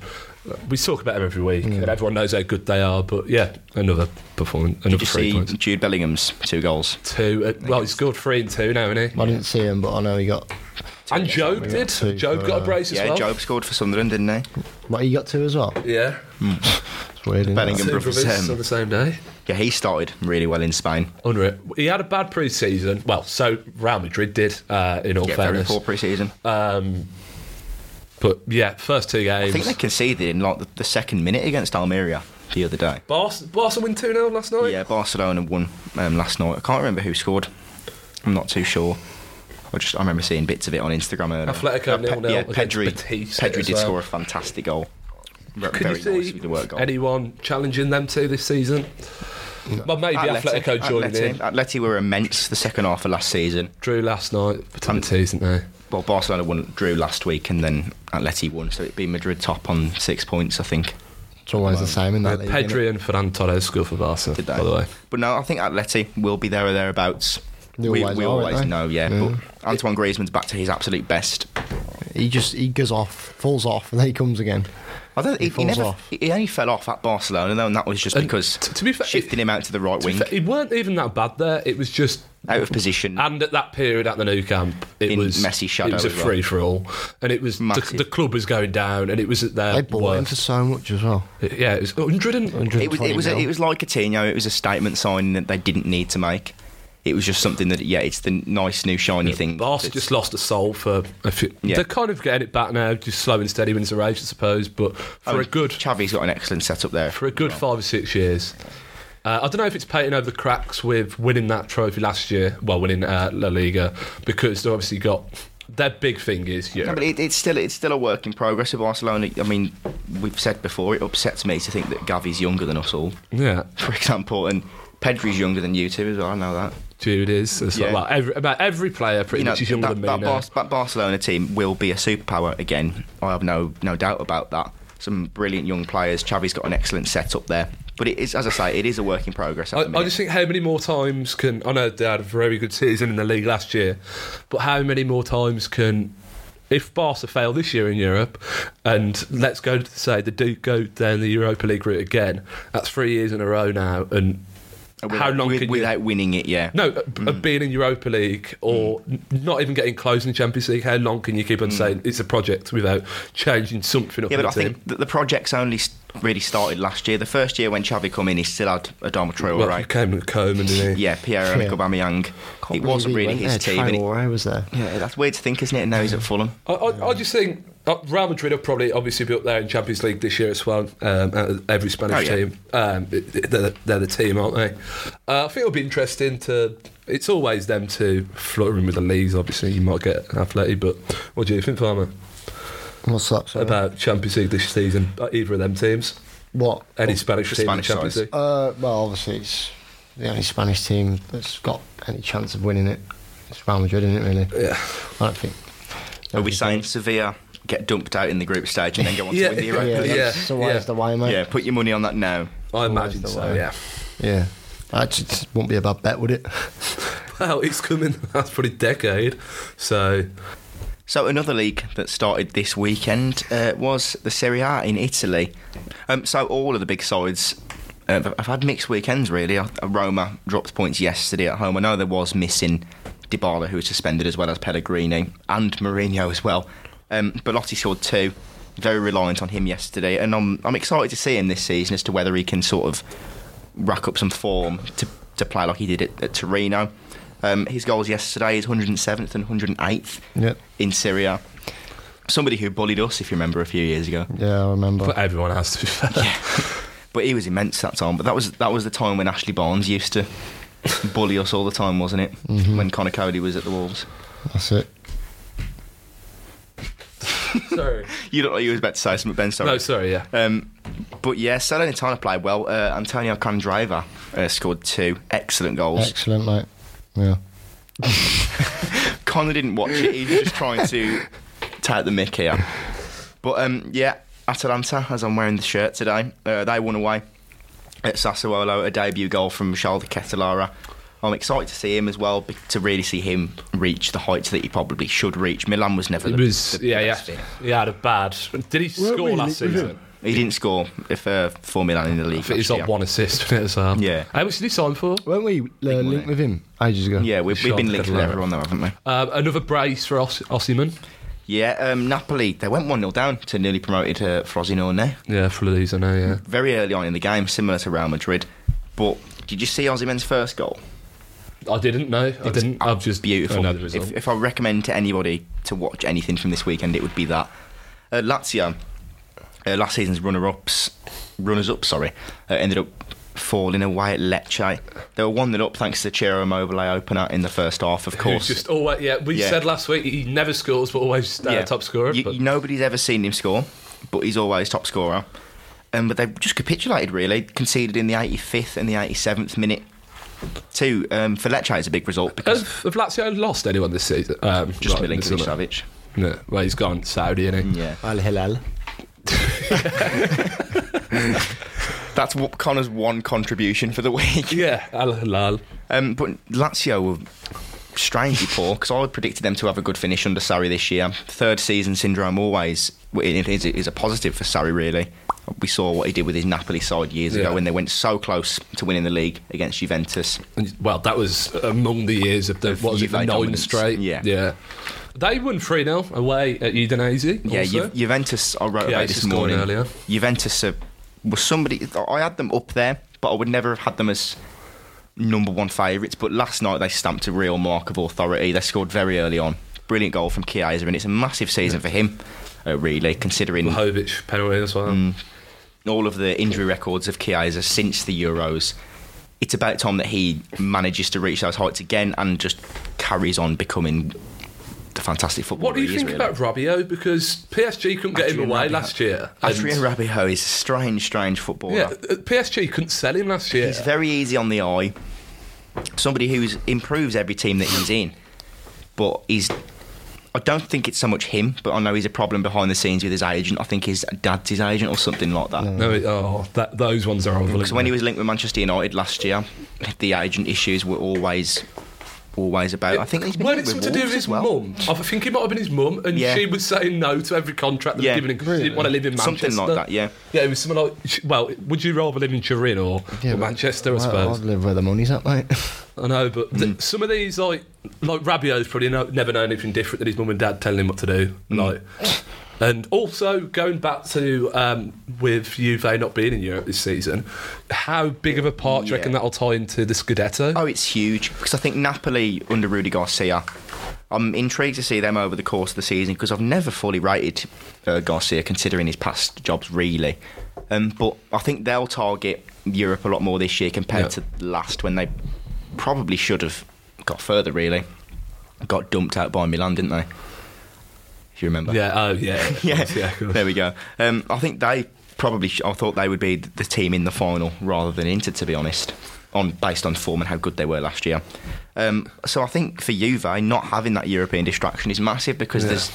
Speaker 3: we talk about them every week,
Speaker 2: Mm.
Speaker 3: and everyone knows how good they are. But yeah, another performance,
Speaker 2: Did
Speaker 3: another
Speaker 2: you
Speaker 3: three
Speaker 2: see
Speaker 3: points.
Speaker 2: Jude Bellingham's two goals?
Speaker 3: Two, uh, well, he scored three and two now, isn't he?
Speaker 1: I didn't see him, but I know he got.
Speaker 3: And Job did.
Speaker 1: two
Speaker 3: Job
Speaker 1: for,
Speaker 3: got a
Speaker 1: uh,
Speaker 3: brace as
Speaker 2: Yeah,
Speaker 3: well.
Speaker 2: Job scored for Sunderland, didn't he?
Speaker 1: What he got two as well.
Speaker 3: Yeah,
Speaker 1: It's weird. Isn't
Speaker 2: Bellingham.
Speaker 1: it?
Speaker 3: two
Speaker 2: brothers,
Speaker 3: brothers
Speaker 2: um,
Speaker 3: on the same day.
Speaker 2: Yeah, he started really well in Spain.
Speaker 3: Unreal. He had a bad pre-season. Well, so Real Madrid did. Uh, in all
Speaker 2: Yeah, very
Speaker 3: fairness,
Speaker 2: poor pre-season.
Speaker 3: um, but yeah, first two games.
Speaker 2: I think they conceded in like the, the second minute against Almeria the other day.
Speaker 3: Barca, Barca win 2 0 last night?
Speaker 2: Yeah, Barcelona won um, last night. I can't remember who scored. I'm not too sure. I just I remember seeing bits of it on Instagram earlier.
Speaker 3: Atletico
Speaker 2: Uh,
Speaker 3: 0-0
Speaker 2: yeah,
Speaker 3: against
Speaker 2: Pedri,
Speaker 3: Betis
Speaker 2: Pedri
Speaker 3: as
Speaker 2: did
Speaker 3: well.
Speaker 2: score a fantastic goal. Very,
Speaker 3: Can
Speaker 2: very
Speaker 3: you see
Speaker 2: nice with the work goal.
Speaker 3: anyone challenging them two this season? Well, maybe Atletico, joining
Speaker 2: Mm. Atleti,
Speaker 3: in.
Speaker 2: Atleti were immense the second half of last season.
Speaker 3: Drew last night, but didn't they?
Speaker 2: well, Barcelona won, drew last week, and then Atleti won, so it'd be Madrid top on six points, I think.
Speaker 1: It's always the same in
Speaker 3: Yeah,
Speaker 1: that league. innit?
Speaker 3: Pedri and Ferran Torres go for Barca,
Speaker 2: Did they?
Speaker 3: by the way.
Speaker 2: But no, I think Atleti will be there or thereabouts.
Speaker 1: They
Speaker 2: we
Speaker 1: always
Speaker 2: we
Speaker 1: are, aren't
Speaker 2: always
Speaker 1: they?
Speaker 2: know, yeah.
Speaker 1: Yeah.
Speaker 2: But Antoine Griezmann's back to his absolute best.
Speaker 1: He just he goes off, falls off, and then he comes again.
Speaker 2: I don't. He, he
Speaker 1: falls
Speaker 2: never.
Speaker 1: off.
Speaker 2: He only fell off at Barcelona, though, and that was just
Speaker 3: And
Speaker 2: because
Speaker 3: t- to be fair-
Speaker 2: shifting him out to the right
Speaker 3: To be
Speaker 2: wing,
Speaker 3: fair, It weren't even that bad there. It was just
Speaker 2: out of position.
Speaker 3: And at that period at the new camp, it
Speaker 2: In
Speaker 3: was
Speaker 2: messy shadow
Speaker 3: It was a
Speaker 2: as well.
Speaker 3: free for all, and it was the,
Speaker 2: Massive.
Speaker 3: the club was going down, and it was at their
Speaker 1: They bought him for
Speaker 3: worst.
Speaker 1: so much as well.
Speaker 3: It- yeah, it was 100 and
Speaker 2: it was. It was. A, it was like Coutinho. It was a statement sign that they didn't need to make. It was just something that, yeah, it's the nice new shiny thing.
Speaker 3: Barca
Speaker 2: that's-
Speaker 3: just lost a soul for a few.
Speaker 2: Yeah.
Speaker 3: They're kind of getting it back now, just slow and steady wins the race, I suppose. But for
Speaker 2: I mean,
Speaker 3: a good
Speaker 2: Oh, Xavi's got an excellent setup there.
Speaker 3: for a good five or six years. Uh, I don't know if it's painting over the cracks with winning that trophy last year, well, winning uh, La Liga, because they obviously got their big thing is
Speaker 2: No,
Speaker 3: Europe.
Speaker 2: but it, it's still it's still a work in progress with Barcelona. I mean, we've said before, it upsets me to think that Gavi's younger than us all,
Speaker 3: yeah,
Speaker 2: for example, and Pedri's younger than you two as well. I know that.
Speaker 3: Jude is. It's like,
Speaker 2: Yeah.
Speaker 3: well, every, about every player pretty
Speaker 2: you know,
Speaker 3: much is younger
Speaker 2: that,
Speaker 3: than me
Speaker 2: that,
Speaker 3: now.
Speaker 2: Bar- that Barcelona team will be a superpower again. I have no no doubt about that. Some brilliant young players. Xavi's got an excellent setup there. But it is, as I say, it is a work in progress. At
Speaker 3: I,
Speaker 2: the
Speaker 3: I
Speaker 2: minute.
Speaker 3: just think how many more times can I know they had a very good season in the league last year, but how many more times can if Barca fail this year in Europe, and let's go to say they do go down the Europa League route again, that's three years in a row now, and
Speaker 2: Without-
Speaker 3: how long
Speaker 2: with-
Speaker 3: can you-
Speaker 2: without Mm. winning it? Yeah.
Speaker 3: no, uh, b- uh, being in Europa League or
Speaker 2: Mm.
Speaker 3: n- not even getting close in the Champions League, how long can you keep on saying it's a project without changing something up
Speaker 2: Yeah,
Speaker 3: in
Speaker 2: but
Speaker 3: the
Speaker 2: I
Speaker 3: team?
Speaker 2: think that the project's only s- really started last year. The first year when Xavi come in, he still had Adama Traore,
Speaker 3: Well, he
Speaker 2: right?
Speaker 3: came with Coleman, didn't he?
Speaker 2: Yeah, Pierre
Speaker 1: Yeah.
Speaker 2: and Aubameyang. It wasn't really his team. and it-
Speaker 1: I was there.
Speaker 2: yeah, that's weird to think, isn't it? And now he's at Fulham.
Speaker 3: I, I, I just think uh, Real Madrid will probably obviously be up there in Champions League this year as well. Um, out of every Spanish
Speaker 2: Oh, yeah.
Speaker 3: team, um, it- it- they're, they're the team, aren't they? Uh, I think it'll be interesting to. It's always them two fluttering with the leads. Obviously, you might get Atleti, but what do you think, Farmer,
Speaker 2: Uh-huh.
Speaker 1: What's that? sorry?
Speaker 3: about Champions League this season? uh, Either of them teams,
Speaker 1: what?
Speaker 3: any Spanish
Speaker 2: Oh, the
Speaker 3: team
Speaker 2: Spanish
Speaker 3: in Champions
Speaker 2: sides.
Speaker 3: League?
Speaker 1: Uh, well, obviously it's the only Spanish team that's got any chance of winning it. It's Real Madrid, isn't it? Really?
Speaker 3: Yeah.
Speaker 1: I don't think.
Speaker 2: Are we saying Sevilla get dumped out in the group stage and then go on
Speaker 3: Yeah.
Speaker 2: to win the Europa
Speaker 1: Yeah.
Speaker 2: League?
Speaker 1: that's-
Speaker 3: Yeah,
Speaker 1: So why
Speaker 3: yeah.
Speaker 1: is the way, mate?
Speaker 2: Yeah, put your money on that now.
Speaker 3: I imagine
Speaker 1: the
Speaker 3: so.
Speaker 1: way.
Speaker 3: Yeah.
Speaker 1: Yeah. That just won't be a bad bet, would it?
Speaker 3: Well, it's coming. That's pretty decade. So
Speaker 2: So another league that started this weekend uh, was the Serie A in Italy. Um, so all of the big sides uh, have had mixed weekends really. Uh, Roma dropped points yesterday at home. I know there was missing Dybala who was suspended as well as Pellegrini and Mourinho as well. Um, Belotti scored two. Very reliant on him yesterday, and I'm I'm excited to see him this season as to whether he can sort of rack up some form to to play like he did at, at Torino. Um, his goals yesterday is 107th and 108th
Speaker 1: yeah.
Speaker 2: in Syria. Somebody who bullied us, if you remember, a few years ago.
Speaker 1: Yeah, I remember.
Speaker 3: but everyone has to be fair.
Speaker 2: But he was immense that time. But that was that was the time when Ashley Barnes used to bully us all the time, wasn't it? When Connor Cody was at the Wolves.
Speaker 1: That's it.
Speaker 3: Sorry.
Speaker 2: You look like you was about to say something, Ben. Sorry.
Speaker 3: No, sorry. Yeah.
Speaker 2: Um, but yeah, Salernitana played well. Uh, Antonio Candreva uh, scored two excellent goals.
Speaker 1: Excellent, mate. Yeah.
Speaker 2: Connor didn't watch it. He's just trying to take the mick here. But um, yeah, Atalanta, as I'm wearing the shirt today, uh, they won away at Sassuolo, a debut goal from Charles Catalara. I'm excited to see him as well, be- to really see him reach the heights that he probably should reach. Milan was never
Speaker 3: It
Speaker 2: the,
Speaker 3: was
Speaker 2: the- the
Speaker 3: yeah, yeah.
Speaker 2: best fit.
Speaker 3: He had a bad. Did he score
Speaker 1: we-
Speaker 3: last
Speaker 1: we-
Speaker 3: season?
Speaker 2: He didn't score if uh, for Milan in the league.
Speaker 3: I think he's
Speaker 2: last
Speaker 3: got
Speaker 2: year.
Speaker 3: one assist in it as well.
Speaker 2: Yeah.
Speaker 3: How much did he sign for?
Speaker 1: Weren't we uh, linked with him ages ago?
Speaker 2: Yeah, we've, we've
Speaker 3: Charles
Speaker 2: been linked with
Speaker 3: Catalara.
Speaker 2: everyone though, haven't we?
Speaker 3: Um, another brace for Os- Ossiman.
Speaker 2: Yeah, um, Napoli, they went 1 0 down to nearly promoted uh, Frosinone.
Speaker 3: Yeah, for these I know. Yeah.
Speaker 2: very early on in the game, similar to Real Madrid. But did you see Ozyman's first goal?
Speaker 3: I didn't know. I didn't. I've just
Speaker 2: Beautiful.
Speaker 3: Another result.
Speaker 2: If, if I recommend to anybody to watch anything from this weekend, it would be that. Uh, Lazio, uh, last season's runner-ups, runners-up, sorry, uh, ended up falling away at Lecce. They were one 0 up thanks to Ciro Immobile opener in the first half, of
Speaker 3: Who's
Speaker 2: course.
Speaker 3: Just always. Yeah. We
Speaker 2: Yeah.
Speaker 3: said last week he never scores, but always uh, top scorer.
Speaker 2: You-
Speaker 3: but-
Speaker 2: you- nobody's ever seen him score, but he's always top scorer. Um, but they just capitulated, really. Conceded in the 85th and the 87th minute. Two, um, for Lecce it's a big result
Speaker 3: Have,
Speaker 2: because
Speaker 3: have Lazio lost anyone this season? Um,
Speaker 2: just
Speaker 3: right, this
Speaker 2: Milinkovic
Speaker 3: summer?
Speaker 2: Savic.
Speaker 3: No, well, he's gone Saudi, isn't he?
Speaker 2: Yeah.
Speaker 1: Al Hilal.
Speaker 2: That's what Connor's one contribution for the week.
Speaker 3: Yeah, Al Hilal.
Speaker 2: Um, but Lazio were strangely poor because I had predicted them to have a good finish under Sarri this year. Third season syndrome always it is, it is a positive for Sarri, really. We saw what he did with his Napoli side years
Speaker 3: Yeah.
Speaker 2: ago when they went so close to winning the league against Juventus.
Speaker 3: And, well, that was among the years of the, what was it, the nine
Speaker 2: Juve dominance.
Speaker 3: straight?
Speaker 2: Yeah.
Speaker 3: Yeah. They won 3 0 away at Udinese.
Speaker 2: Yeah,
Speaker 3: also.
Speaker 2: Ju- Juventus. I wrote
Speaker 3: Yeah,
Speaker 2: about
Speaker 3: it's
Speaker 2: this
Speaker 3: scored
Speaker 2: morning.
Speaker 3: earlier.
Speaker 2: Juventus are, was somebody. I had them up there, but I would never have had them as number one favourites. But last night they stamped a real mark of authority. They scored very early on. Brilliant goal from Chiesa, and it's a massive season for him, uh, really, considering
Speaker 3: Vlahovic penalty as well.
Speaker 2: Mm. all of the injury records of Chiesa since the Euros. It's about time that he manages to reach those heights again and just carries on becoming the fantastic footballer.
Speaker 3: What do you
Speaker 2: he is,
Speaker 3: think
Speaker 2: really.
Speaker 3: about Rabiot? Because PSG couldn't get him
Speaker 2: Adrian
Speaker 3: away
Speaker 2: Rabiot.
Speaker 3: last year. and-
Speaker 2: Adrian Rabiot is a strange, strange footballer.
Speaker 3: Yeah, uh, PSG couldn't sell him last year.
Speaker 2: He's very easy on the eye. Somebody who's improves every team that he's in, but he's. I don't think it's so much him, but I know he's a problem behind the scenes with his agent. I think his dad's his agent or something like that.
Speaker 3: no, it- oh, that, those ones are awful.
Speaker 2: Because when he was linked with Manchester United last year, the agent issues were always, always about. I think he's been
Speaker 3: Weren't it
Speaker 2: linked with
Speaker 3: something to do
Speaker 2: Wolves
Speaker 3: with his
Speaker 2: as well.
Speaker 3: mum? I think it might have been his mum, and
Speaker 2: Yeah.
Speaker 3: she was saying no to every contract that
Speaker 2: Yeah.
Speaker 3: was given him because she didn't want to live in Manchester.
Speaker 2: Something like that, yeah.
Speaker 3: Yeah, it was something like, sh- well, would you rather live in Turin or, or Manchester, I suppose?
Speaker 1: I'd live where the money's at, mate.
Speaker 3: I know, but th-
Speaker 2: Mm.
Speaker 3: some of these, like, like Rabiot's probably no, never known anything different than his mum and dad telling him what to do.
Speaker 2: Mm.
Speaker 3: Like, and also going back to um, with Juve not being in Europe this season, how big of a part do you reckon
Speaker 2: Yeah.
Speaker 3: that'll tie into the Scudetto?
Speaker 2: Oh, it's huge because I think Napoli under Rudy Garcia. I'm intrigued to see them over the course of the season because I've never fully rated uh, Garcia considering his past jobs really. Um, but I think they'll target Europe a lot more this year compared
Speaker 3: Yeah.
Speaker 2: to last when they probably should have got further really. Got dumped out by Milan, didn't they? If you remember.
Speaker 3: Yeah, oh yeah,
Speaker 2: Yeah.
Speaker 3: yeah. of course.
Speaker 2: there we go. Um, I think they probably. Sh- I thought they would be the team in the final rather than Inter, to be honest, on based on form and how good they were last year. Um, so I think for Juve, not having that European distraction is massive because
Speaker 3: Yeah.
Speaker 2: there's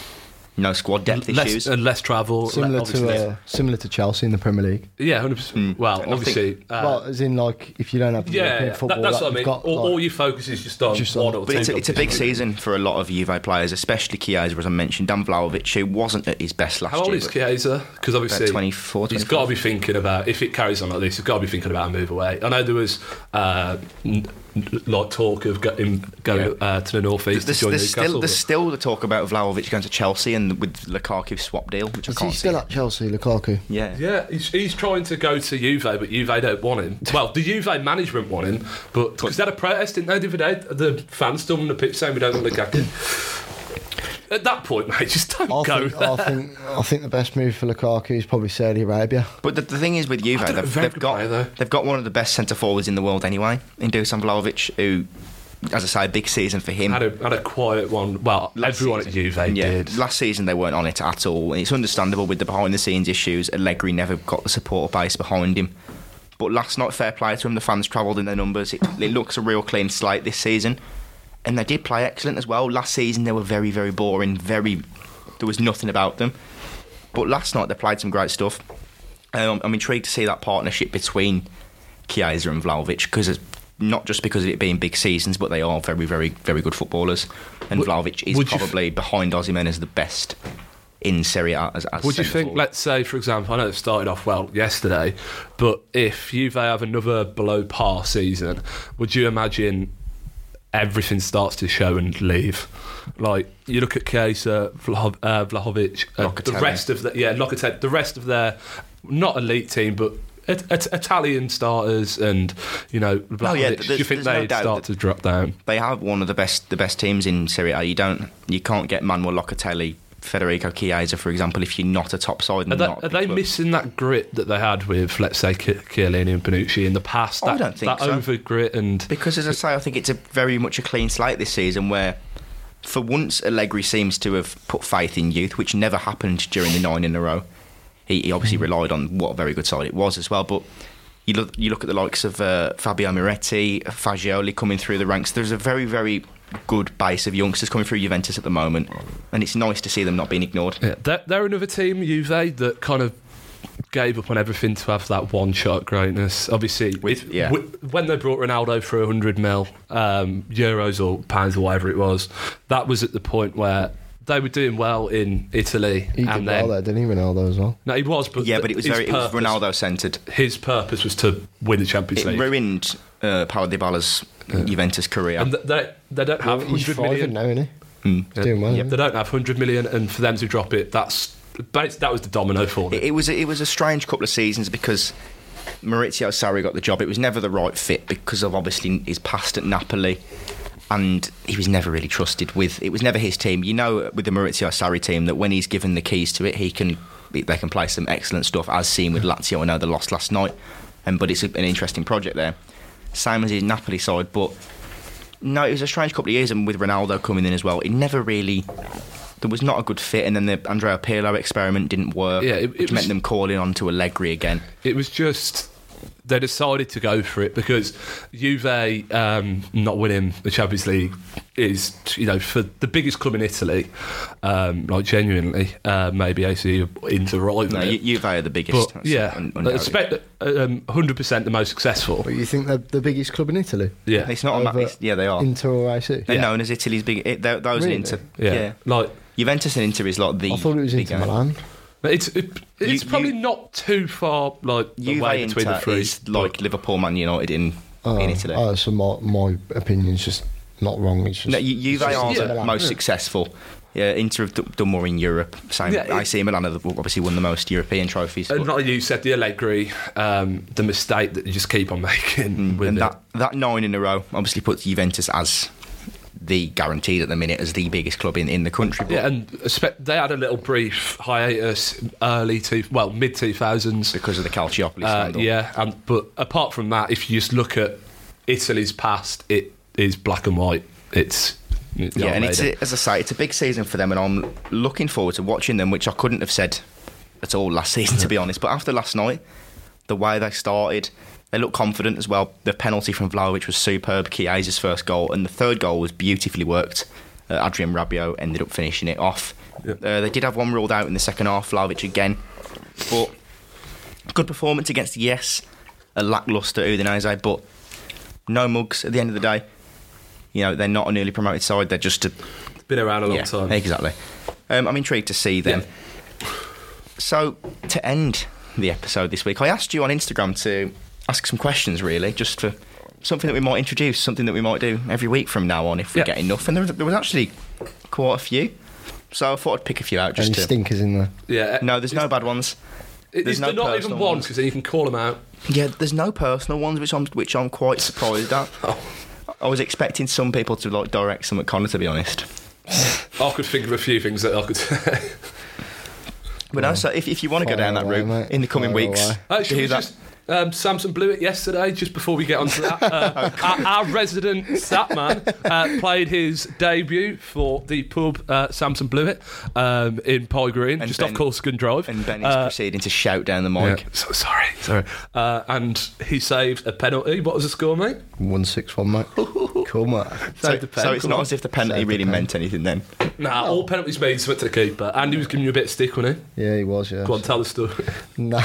Speaker 2: no squad depth
Speaker 3: Less,
Speaker 2: issues.
Speaker 3: and less travel.
Speaker 1: similar to
Speaker 3: obviously.
Speaker 1: uh, similar to Chelsea in the Premier League.
Speaker 3: yeah, 100%. Well,
Speaker 2: And I think-
Speaker 3: obviously, uh,
Speaker 1: well, as in like if you don't have the
Speaker 3: yeah,
Speaker 1: European
Speaker 3: that-
Speaker 1: football,
Speaker 3: that's
Speaker 1: like,
Speaker 3: what I
Speaker 1: you've
Speaker 3: mean.
Speaker 1: Got,
Speaker 3: all,
Speaker 1: like,
Speaker 3: all your focus is just on
Speaker 1: just on-
Speaker 3: one or
Speaker 2: but
Speaker 3: two.
Speaker 2: it's a, it's a big
Speaker 3: competitions.
Speaker 2: season for a lot of Juve players, especially Chiesa, as I mentioned. Dan Vlahovic, who wasn't at his best last
Speaker 3: How old
Speaker 2: year.
Speaker 3: is
Speaker 2: but-
Speaker 3: Chiesa? Because obviously,
Speaker 2: About 24,
Speaker 3: he's
Speaker 2: 25.
Speaker 3: got to be thinking about if it carries on like this. He's got to be thinking about a move away. I know there was uh, n- n- like talk of go- him going
Speaker 2: Yeah.
Speaker 3: uh, to the northeast to
Speaker 2: There's,
Speaker 3: join
Speaker 2: there's
Speaker 3: Newcastle.
Speaker 2: still, there's
Speaker 3: but-
Speaker 2: still the talk about Vlahovic going to Chelsea and with Lukaku's swap deal, which I
Speaker 1: Is
Speaker 2: can't
Speaker 1: he still
Speaker 2: see.
Speaker 1: at Chelsea, Lukaku?
Speaker 2: Yeah.
Speaker 3: yeah, he's, he's trying to go to Juve, but Juve don't want him. Well, the Juve management want him, but because they had a protest, didn't they? The, other day? the fans stormed the pitch saying we don't want Lukaku. At that point, mate, just don't
Speaker 1: I
Speaker 3: go.
Speaker 1: think, I think I think the best move for Lukaku is probably Saudi Arabia.
Speaker 2: But the, the thing is with Juve,
Speaker 3: don't know,
Speaker 2: they've,
Speaker 3: very
Speaker 2: they've
Speaker 3: good
Speaker 2: got
Speaker 3: player, though.
Speaker 2: they've got one of the best centre forwards in the world anyway, in Dusan Vlahovic, who, as I say, big season for him.
Speaker 3: had a, had a quiet one. Well, everyone
Speaker 2: season.
Speaker 3: at Juve
Speaker 2: yeah,
Speaker 3: did.
Speaker 2: last season they weren't on it at all, and it's understandable with the behind-the-scenes issues. Allegri never got the support base behind him. But last night, fair play to him, the fans travelled in their numbers. It, it looks a real clean slate this season, and they did play excellent as well. Last season they were very, very boring. Very, there was nothing about them. But last night they played some great stuff. Um, I'm intrigued to see that partnership between Chiesa and Vlahovic because not just because of it being big seasons, but they are very, very, very good footballers. And
Speaker 3: Would-
Speaker 2: Vlahovic is
Speaker 3: would you f-
Speaker 2: probably behind Ozyman as the best in Serie A. As, as
Speaker 3: Would you think,
Speaker 2: centre-forward.
Speaker 3: let's say, for example, I know it started off well yesterday, but if Juve have another below par season, would you imagine everything starts to show and leave? Like you look at Kesa, Vlaho- uh, Vlahovic, uh, the
Speaker 2: Locatelli.
Speaker 3: rest of the yeah, Locatelli, the rest of their not elite team, but. It, it, Italian starters and you know, Vlahovic,
Speaker 2: Oh, yeah,
Speaker 3: do you
Speaker 2: there's-
Speaker 3: think
Speaker 2: there's no
Speaker 3: they'd
Speaker 2: doubt
Speaker 3: start
Speaker 2: that-
Speaker 3: to drop down?
Speaker 2: they have one of the best the best teams in Serie A? You don't, you can't get Manuel Locatelli, Federico Chiesa, for example, if you're not a top side. And
Speaker 3: Are they,
Speaker 2: not a
Speaker 3: are
Speaker 2: big
Speaker 3: they
Speaker 2: club.
Speaker 3: missing that grit that they had with, let's say, Ki- Chiellini and Bonucci in the past? That,
Speaker 2: Oh, I don't think
Speaker 3: that
Speaker 2: so.
Speaker 3: over grit and
Speaker 2: Because, as I say, I think it's a very much a clean slate this season where, for once, Allegri seems to have put faith in youth, which never
Speaker 3: Hmm.
Speaker 2: happened during the nine in a row. He, he obviously relied on what a very good side it was as well, but You look, you look at the likes of uh, Fabio Moretti, Fagioli coming through the ranks. There's a very, very good base of youngsters coming through Juventus at the moment, and it's nice to see them not being ignored.
Speaker 3: Yeah, they're, they're another team, Juve, that kind of gave up on everything to have that one shot greatness. Obviously,
Speaker 2: With-
Speaker 3: it-
Speaker 2: yeah.
Speaker 3: w- when they brought Ronaldo for 100 mil um, euros or pounds or whatever it was, that was at the point where they were doing well in Italy.
Speaker 4: He did
Speaker 3: and
Speaker 4: well
Speaker 3: then,
Speaker 4: there, didn't he, Ronaldo as well?
Speaker 3: No, he was, but
Speaker 2: Yeah,
Speaker 3: th-
Speaker 2: but it was
Speaker 3: his
Speaker 2: very it was
Speaker 3: purpose-
Speaker 2: Ronaldo centred.
Speaker 3: His purpose was to win the Champions
Speaker 2: It
Speaker 3: League,
Speaker 2: ruined uh, Paulo Dybala's Juventus career.
Speaker 3: and th- they they don't have
Speaker 4: He's
Speaker 3: 100
Speaker 4: thriving
Speaker 3: million.
Speaker 4: now, isn't he?
Speaker 1: Hmm.
Speaker 2: Mm.
Speaker 4: He's doing well.
Speaker 3: Yep,
Speaker 4: isn't
Speaker 3: they don't have 100 million, and for them to drop it, that's that's- that was the domino for
Speaker 2: It,
Speaker 3: them.
Speaker 2: it was it was a strange couple of seasons because Maurizio Sarri got the job. It was never the right fit because of obviously his past at Napoli, and he was never really trusted with. It was never his team. You know, with the Maurizio Sarri team, that when he's given the keys to it, he can they can play some excellent stuff, as seen with Lazio. I know they lost last night, and but it's an interesting project there. Same as his Napoli side, but no, it was a strange couple of years, and with Ronaldo coming in as well, it never really. There was not a good fit, and then the Andrea Pirlo experiment didn't work.
Speaker 3: Yeah, it- it
Speaker 2: which
Speaker 3: was-
Speaker 2: meant them calling on to Allegri again.
Speaker 3: It was just they decided to go for it because Juve um, not winning the Champions League is you know for the biggest club in Italy, um, like genuinely uh, maybe AC into rival.
Speaker 2: No,
Speaker 3: it.
Speaker 2: Ju- Juve are the biggest.
Speaker 3: but
Speaker 2: That's
Speaker 3: yeah,
Speaker 2: un- undoubted.
Speaker 3: hundred percent the most successful.
Speaker 4: But you think they're the biggest club in Italy?
Speaker 3: Yeah,
Speaker 2: it's not. A, ma-
Speaker 4: Over-
Speaker 2: it's- yeah, they are.
Speaker 4: Inter or AC?
Speaker 2: They're
Speaker 3: Yeah.
Speaker 2: known as Italy's big. It, they're- those
Speaker 4: Really?
Speaker 2: and Inter.
Speaker 3: yeah,
Speaker 2: Yeah.
Speaker 3: like
Speaker 2: Juventus and Inter is like the.
Speaker 4: I thought it was
Speaker 2: big
Speaker 4: Inter
Speaker 2: game.
Speaker 4: Milan.
Speaker 3: it's it, it's
Speaker 2: You-
Speaker 3: probably
Speaker 2: you-
Speaker 3: not too far like
Speaker 2: Juve
Speaker 3: away
Speaker 2: Inter
Speaker 3: between the three.
Speaker 2: is like Liverpool, Man United in
Speaker 4: Oh,
Speaker 2: in Italy.
Speaker 4: oh, so my, my opinion's just not wrong. It's just,
Speaker 2: No, Ju- Juve
Speaker 4: it's just
Speaker 2: are
Speaker 4: Inter
Speaker 2: the
Speaker 4: Milan.
Speaker 2: most
Speaker 4: Yeah.
Speaker 2: successful. Yeah, Inter have d- done more in Europe. Same,
Speaker 3: Yeah, it-
Speaker 2: AC Milan have obviously won the most European trophies.
Speaker 3: And
Speaker 2: but-
Speaker 3: Uh, like you said, the Allegri, um, the mistake that you just keep on making with
Speaker 2: Mm, and
Speaker 3: it.
Speaker 2: that, that nine in a row obviously puts Juventus as the guaranteed at the minute as the biggest club in, in the country. But
Speaker 3: Yeah, and spe- they had a little brief hiatus early to well mid two thousands.
Speaker 2: because of the Calciopoli
Speaker 3: Uh,
Speaker 2: scandal.
Speaker 3: yeah, and but apart from that, if you just look at Italy's past, it is black and white. It's
Speaker 2: Yeah, and it's a, as I say, it's a big season for them, and I'm looking forward to watching them, which I couldn't have said at all last season, to be honest. But after last night, the way they started, they looked confident as well. The penalty from Vlahovic was superb. Chiesa's first goal, and the third goal was beautifully worked. Uh, Adrian Rabiot ended up finishing it off.
Speaker 3: Yeah.
Speaker 2: Uh, they did have one ruled out in the second half, Vlahovic again, but good performance against yes, a lackluster Udinese, but no mugs at the end of the day. You know, they're not a newly promoted side. They're just a
Speaker 3: been around a long
Speaker 2: yeah,
Speaker 3: time.
Speaker 2: Exactly. Um, I'm intrigued to see them. So, to end the episode this week, I asked you on Instagram to ask some questions, really, just for something that we might introduce, something that we might do every week from now on if we
Speaker 3: Yeah.
Speaker 2: get enough. And there was, there was actually quite a few. So, I thought I'd pick a few out just
Speaker 4: Any
Speaker 2: to.
Speaker 4: stinkers in there?
Speaker 3: Yeah,
Speaker 2: no, there's no bad ones.
Speaker 3: It,
Speaker 2: there's
Speaker 3: it's
Speaker 2: no
Speaker 3: not even
Speaker 2: personal
Speaker 3: one
Speaker 2: ones.
Speaker 3: because then you can call them out.
Speaker 2: Yeah, there's no personal ones, which I'm which I'm quite surprised at.
Speaker 3: Oh.
Speaker 2: I was expecting some people to like direct some at Connor, to be honest.
Speaker 3: I could think of a few things that I could. say.
Speaker 2: But no, so if, if you want to go
Speaker 4: Fire
Speaker 2: down that
Speaker 4: away,
Speaker 2: route
Speaker 4: mate.
Speaker 2: in the coming
Speaker 4: Fire
Speaker 2: weeks,
Speaker 4: away.
Speaker 3: Uh, should
Speaker 2: do
Speaker 3: we
Speaker 2: that.
Speaker 3: just um, Samson blew it yesterday? Just before we get onto that, uh, our, our resident stat man uh, played his debut for the pub uh, Samson blew it um, in Pie Green,
Speaker 2: And
Speaker 3: just off
Speaker 2: Ben-
Speaker 3: Corsican Drive.
Speaker 2: And Ben is
Speaker 3: Uh,
Speaker 2: proceeding to shout down the
Speaker 3: yeah.
Speaker 2: mic.
Speaker 3: So sorry, sorry. Uh, and he saved a penalty. What was the score, mate?
Speaker 4: One six one, mate. cool, mate.
Speaker 2: So,
Speaker 3: Saved a
Speaker 2: so it's
Speaker 3: penalty.
Speaker 2: not as if the penalty
Speaker 4: Save the
Speaker 2: really
Speaker 4: pen.
Speaker 2: meant anything then.
Speaker 3: Nah, all penalties made something to the keeper. Andy was giving you a bit of stick on it.
Speaker 4: Yeah, he was. Yeah.
Speaker 3: Go on, tell the story.
Speaker 4: Nah.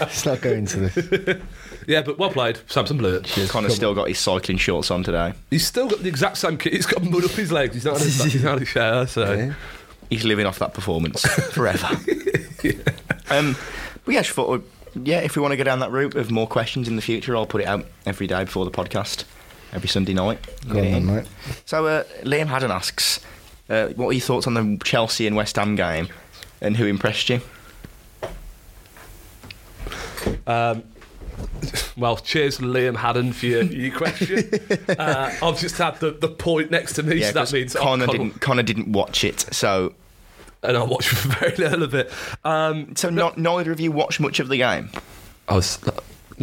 Speaker 4: Let's not go into this.
Speaker 3: yeah, but well played, Samson blew it.
Speaker 2: Connor's still got his cycling shorts on today.
Speaker 3: He's still got the exact same kit. He's got mud up his legs. He's not had a, he's not had a shower, so.
Speaker 4: Yeah.
Speaker 2: He's living off that performance forever. um, but yeah, I just thought, uh, yeah, if we want to go down that route of more questions in the future, I'll put it out every day before the podcast, every Sunday night.
Speaker 4: Go on,
Speaker 2: Get it in.
Speaker 4: then, mate.
Speaker 2: So uh, Liam Haddon asks, uh, what are your thoughts on the Chelsea and West Ham game, and who impressed you?
Speaker 3: Um, well, cheers, Liam Haddon, for your, your question. uh, I've just had the, the point next to me, so that
Speaker 2: 'cause
Speaker 3: means I've
Speaker 2: Connor
Speaker 3: got-
Speaker 2: didn't. Connor didn't watch it, so
Speaker 3: and I watched very little of it. Um,
Speaker 2: so not, neither of you watched much of the game.
Speaker 3: I was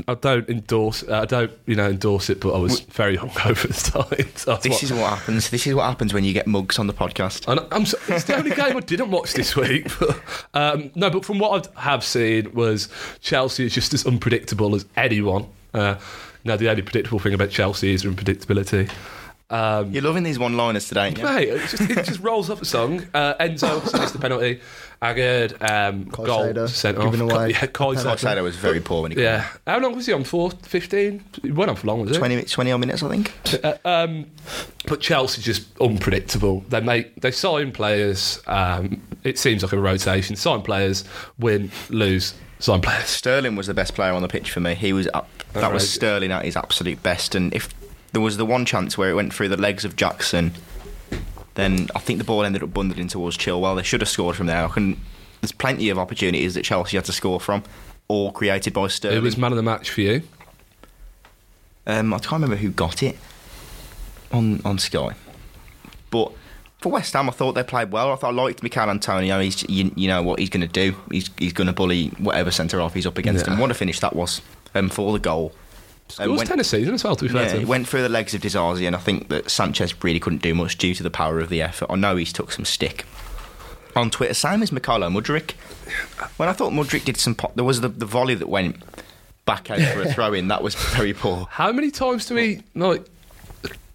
Speaker 3: I don't endorse. uh, I don't, you know, endorse it. But I was very hungover at the time. So that's
Speaker 2: This
Speaker 3: what-
Speaker 2: is what happens. This is what happens when you get mugs on the podcast.
Speaker 3: And I'm so, it's the only game I didn't watch this week. But, um, no, but from what I have seen was Chelsea is just as unpredictable as anyone. Uh, now the only predictable thing about Chelsea is unpredictability. Um,
Speaker 2: You're loving these one-liners today. ain't you?
Speaker 3: Mate, it just, it just rolls off a song. Uh, Enzo saves the penalty. Agard um, goal
Speaker 1: Caicedo,
Speaker 3: sent off.
Speaker 1: given away.
Speaker 3: Yeah, Caicedo.
Speaker 2: Caicedo was very poor when he. came
Speaker 3: Yeah. How long was he on for? 15? He went on for long, was it?
Speaker 2: 20, 20 odd minutes, I think.
Speaker 3: Uh, um, but Chelsea just unpredictable. They make they sign players. Um, it seems like a rotation. Sign players, win, lose. Sign players.
Speaker 2: Sterling was the best player on the pitch for me. He was up. That was
Speaker 3: right.
Speaker 2: Sterling at his absolute best. And if there was the one chance where it went through the legs of Jackson, then I think the ball ended up bundling towards Chilwell. They should have scored from there. I can. There's plenty of opportunities that Chelsea had to score from, all created by Sterling.
Speaker 3: It was man of the match for you.
Speaker 2: Um, I can't remember who got it on on Sky, but for West Ham, I thought they played well. I thought I liked Mikel Antonio. He's you, you know what he's going to do. He's he's going to bully whatever centre half he's up against.
Speaker 3: Yeah.
Speaker 2: And what a finish that was um, for the goal.
Speaker 3: It
Speaker 2: Um,
Speaker 3: was
Speaker 2: went-
Speaker 3: tennis season as well. To be fair,
Speaker 2: yeah,
Speaker 3: to
Speaker 2: it
Speaker 3: him.
Speaker 2: went through the legs of Disarzi, and I think that Sanchez really couldn't do much due to the power of the effort. I know he's took some stick on Twitter. Same as Mikhailo Mudrik. When I thought Mudrik did some, po- there was the, the volley that went back out for a throw in. That was very poor.
Speaker 3: How many times do we like?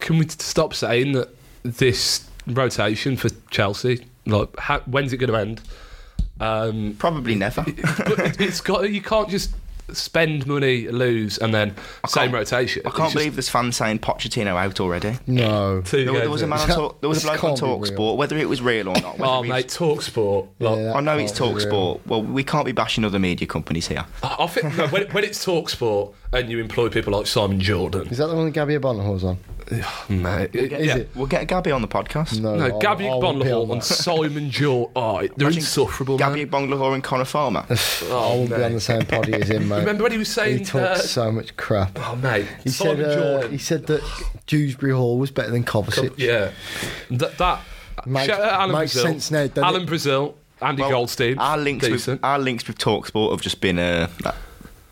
Speaker 3: Can we t- stop saying that this rotation for Chelsea? Like, how, when's it going to end? Um,
Speaker 2: Probably never.
Speaker 3: but it- it's got you can't just spend money, lose, and then same
Speaker 2: can't-
Speaker 3: rotation.
Speaker 2: I
Speaker 3: It's
Speaker 2: can't
Speaker 3: just
Speaker 2: believe there's fans saying Pochettino out already.
Speaker 1: No.
Speaker 3: two
Speaker 2: There, there
Speaker 3: games
Speaker 2: was a
Speaker 3: in.
Speaker 2: man on talk, there was a
Speaker 1: This
Speaker 2: bloke on
Speaker 1: can't be real.
Speaker 2: Talksport, whether it was real or not. whether
Speaker 3: Oh
Speaker 2: he
Speaker 3: mate,
Speaker 2: was-
Speaker 3: talk sport. Like,
Speaker 1: Yeah.
Speaker 2: I know it's
Speaker 1: Can't be real.
Speaker 2: Talksport. Well, we can't be bashing other media companies here.
Speaker 3: I I think no, when, when it's talk sport and you employ people like Simon Jordan,
Speaker 1: Is that the one that Gabby Abonahor was on?
Speaker 3: mate, it-
Speaker 1: Is
Speaker 3: yeah.
Speaker 1: it?
Speaker 2: We'll get Gabby on the podcast.
Speaker 1: No.
Speaker 3: No,
Speaker 1: I-
Speaker 3: Gabby
Speaker 1: Oh, I wouldn't be on
Speaker 3: Bonlahor and
Speaker 1: that.
Speaker 3: Simon Jordan, oh, they're
Speaker 2: Imagine
Speaker 3: insufferable,
Speaker 2: Gabby
Speaker 3: man.
Speaker 2: Bonglahore and Connor Farmer.
Speaker 1: I
Speaker 3: Oh,
Speaker 1: won't be on the
Speaker 3: mate.
Speaker 1: same poddy as him, mate.
Speaker 3: Remember when he was
Speaker 1: he
Speaker 3: saying,
Speaker 1: talks
Speaker 3: uh,
Speaker 1: so much crap.
Speaker 3: oh mate,
Speaker 1: He said,
Speaker 3: Simon
Speaker 1: uh,
Speaker 3: Jordan,
Speaker 1: he said that Dewsbury Hall was better than Kovacic.
Speaker 3: yeah, that that
Speaker 1: Makes-
Speaker 3: shout out Alan
Speaker 1: makes
Speaker 3: Brazil,
Speaker 1: sense now, doesn't
Speaker 3: Alan
Speaker 1: it?
Speaker 3: Brazil, Andy
Speaker 2: Well,
Speaker 3: Goldstein,
Speaker 2: Our links, with,
Speaker 3: decent.
Speaker 2: our links with Talksport have just been. Uh, that-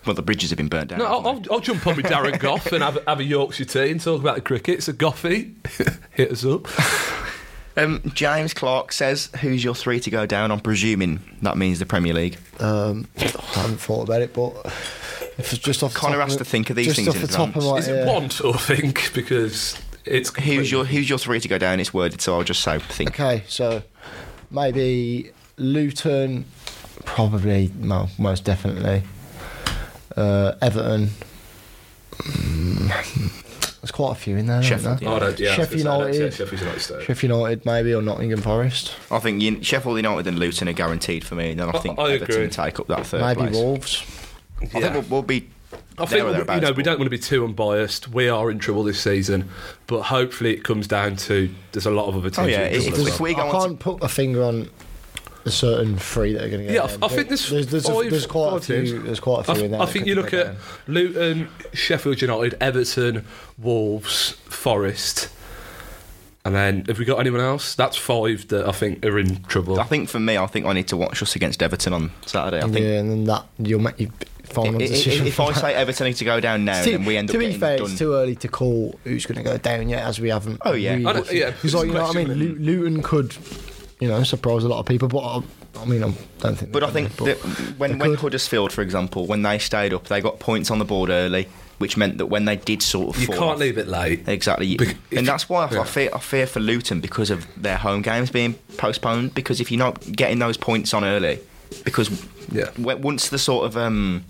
Speaker 2: well, the bridges have been burnt down.
Speaker 3: no, I'll,
Speaker 2: haven't
Speaker 3: I'll, I'll jump on with Darren Goff and have, a- have a Yorkshire tea and talk about the cricket. So Goffy, hit us up.
Speaker 2: they? um, James Clark says, "Who's your three to go down?" I'm presuming that means the Premier League.
Speaker 1: Um, I haven't thought about it, but if it's just off the
Speaker 2: Connor
Speaker 1: top
Speaker 2: has
Speaker 1: of,
Speaker 2: to think of these
Speaker 1: just
Speaker 2: things
Speaker 1: off
Speaker 2: in
Speaker 1: the top of
Speaker 2: advance.
Speaker 1: my
Speaker 3: Is
Speaker 1: yeah.
Speaker 3: it one sort of thing? Because it's
Speaker 2: Who's your Who's your three to go down? It's worded, so I'll just say. Think.
Speaker 1: Okay, so maybe Luton, probably, well, most definitely. Uh, Everton. Mm, There's quite a few in there. aren't
Speaker 2: Sheffield,
Speaker 1: there?
Speaker 3: Oh, I don't- yeah, I was
Speaker 1: Sheffield
Speaker 3: gonna say,
Speaker 1: United.
Speaker 3: that's it, Sheffield United. stay.
Speaker 1: Sheffield United, maybe, or Nottingham Forest.
Speaker 2: I think Un- Sheffield United and Luton are guaranteed for me, and then I
Speaker 3: I-
Speaker 2: think
Speaker 3: I
Speaker 2: Everton
Speaker 3: agree.
Speaker 2: take up that third
Speaker 1: Maybe
Speaker 2: place.
Speaker 1: Wolves.
Speaker 2: I
Speaker 3: Yeah.
Speaker 2: think we'll, we'll be.
Speaker 3: I
Speaker 2: there
Speaker 3: think
Speaker 2: or
Speaker 3: we- you
Speaker 2: thereabouts,
Speaker 3: know we
Speaker 2: but-
Speaker 3: don't want to be too unbiased. We are in trouble this season, but hopefully it comes down to there's a lot of other teams.
Speaker 2: Oh, yeah,
Speaker 3: in trouble
Speaker 2: if-
Speaker 3: as
Speaker 2: if
Speaker 3: well.
Speaker 2: we go
Speaker 1: I
Speaker 2: on to-
Speaker 1: can't put a finger on a certain three that are going to go.
Speaker 3: Yeah, I-
Speaker 1: down,
Speaker 3: I
Speaker 1: but
Speaker 3: think there's
Speaker 1: there's, there's, a,
Speaker 3: five-
Speaker 1: there's quite a
Speaker 3: five teams.
Speaker 1: few. There's quite a few
Speaker 3: I, th-
Speaker 1: in there.
Speaker 3: I
Speaker 1: that
Speaker 3: think
Speaker 1: could
Speaker 3: you
Speaker 1: go
Speaker 3: look at
Speaker 1: down.
Speaker 3: Luton, Sheffield United, Everton, Wolves, Forest, and then have we got anyone else? That's five that I think are in trouble.
Speaker 2: I think for me, I think I need to watch us against Everton on Saturday. I think
Speaker 1: yeah, and then that you'll make your final
Speaker 2: i- i- i-
Speaker 1: decision.
Speaker 2: if I say Everton need to go down now,
Speaker 1: It's too-
Speaker 2: then Um, we end
Speaker 1: to
Speaker 2: up
Speaker 1: be
Speaker 2: getting
Speaker 1: fair,
Speaker 2: done.
Speaker 1: it's too early to call who's going to go down yet, as we haven't.
Speaker 2: Oh, yeah.
Speaker 1: really
Speaker 3: I don't-
Speaker 1: watched it.
Speaker 3: yeah,
Speaker 1: 'Cause, like, you know what I mean. Lu-
Speaker 3: questionable.
Speaker 1: Luton could, you know, surprise a lot of people, but I, I mean, I don't think.
Speaker 2: But
Speaker 1: they're
Speaker 2: I think
Speaker 1: gonna,
Speaker 2: that when, when
Speaker 1: could.
Speaker 2: Huddersfield, for example, when they stayed up, they got points on the board early, which meant that when they did sort of
Speaker 3: you
Speaker 2: fall
Speaker 3: can't
Speaker 2: off-
Speaker 3: leave it late.
Speaker 2: Exactly, You-
Speaker 3: Bec- if-
Speaker 2: and that's why I,
Speaker 3: yeah.
Speaker 2: I fear I fear for Luton because of their home games being postponed. Because if you're not getting those points on early, because
Speaker 3: Yeah.
Speaker 2: w- once the sort of um,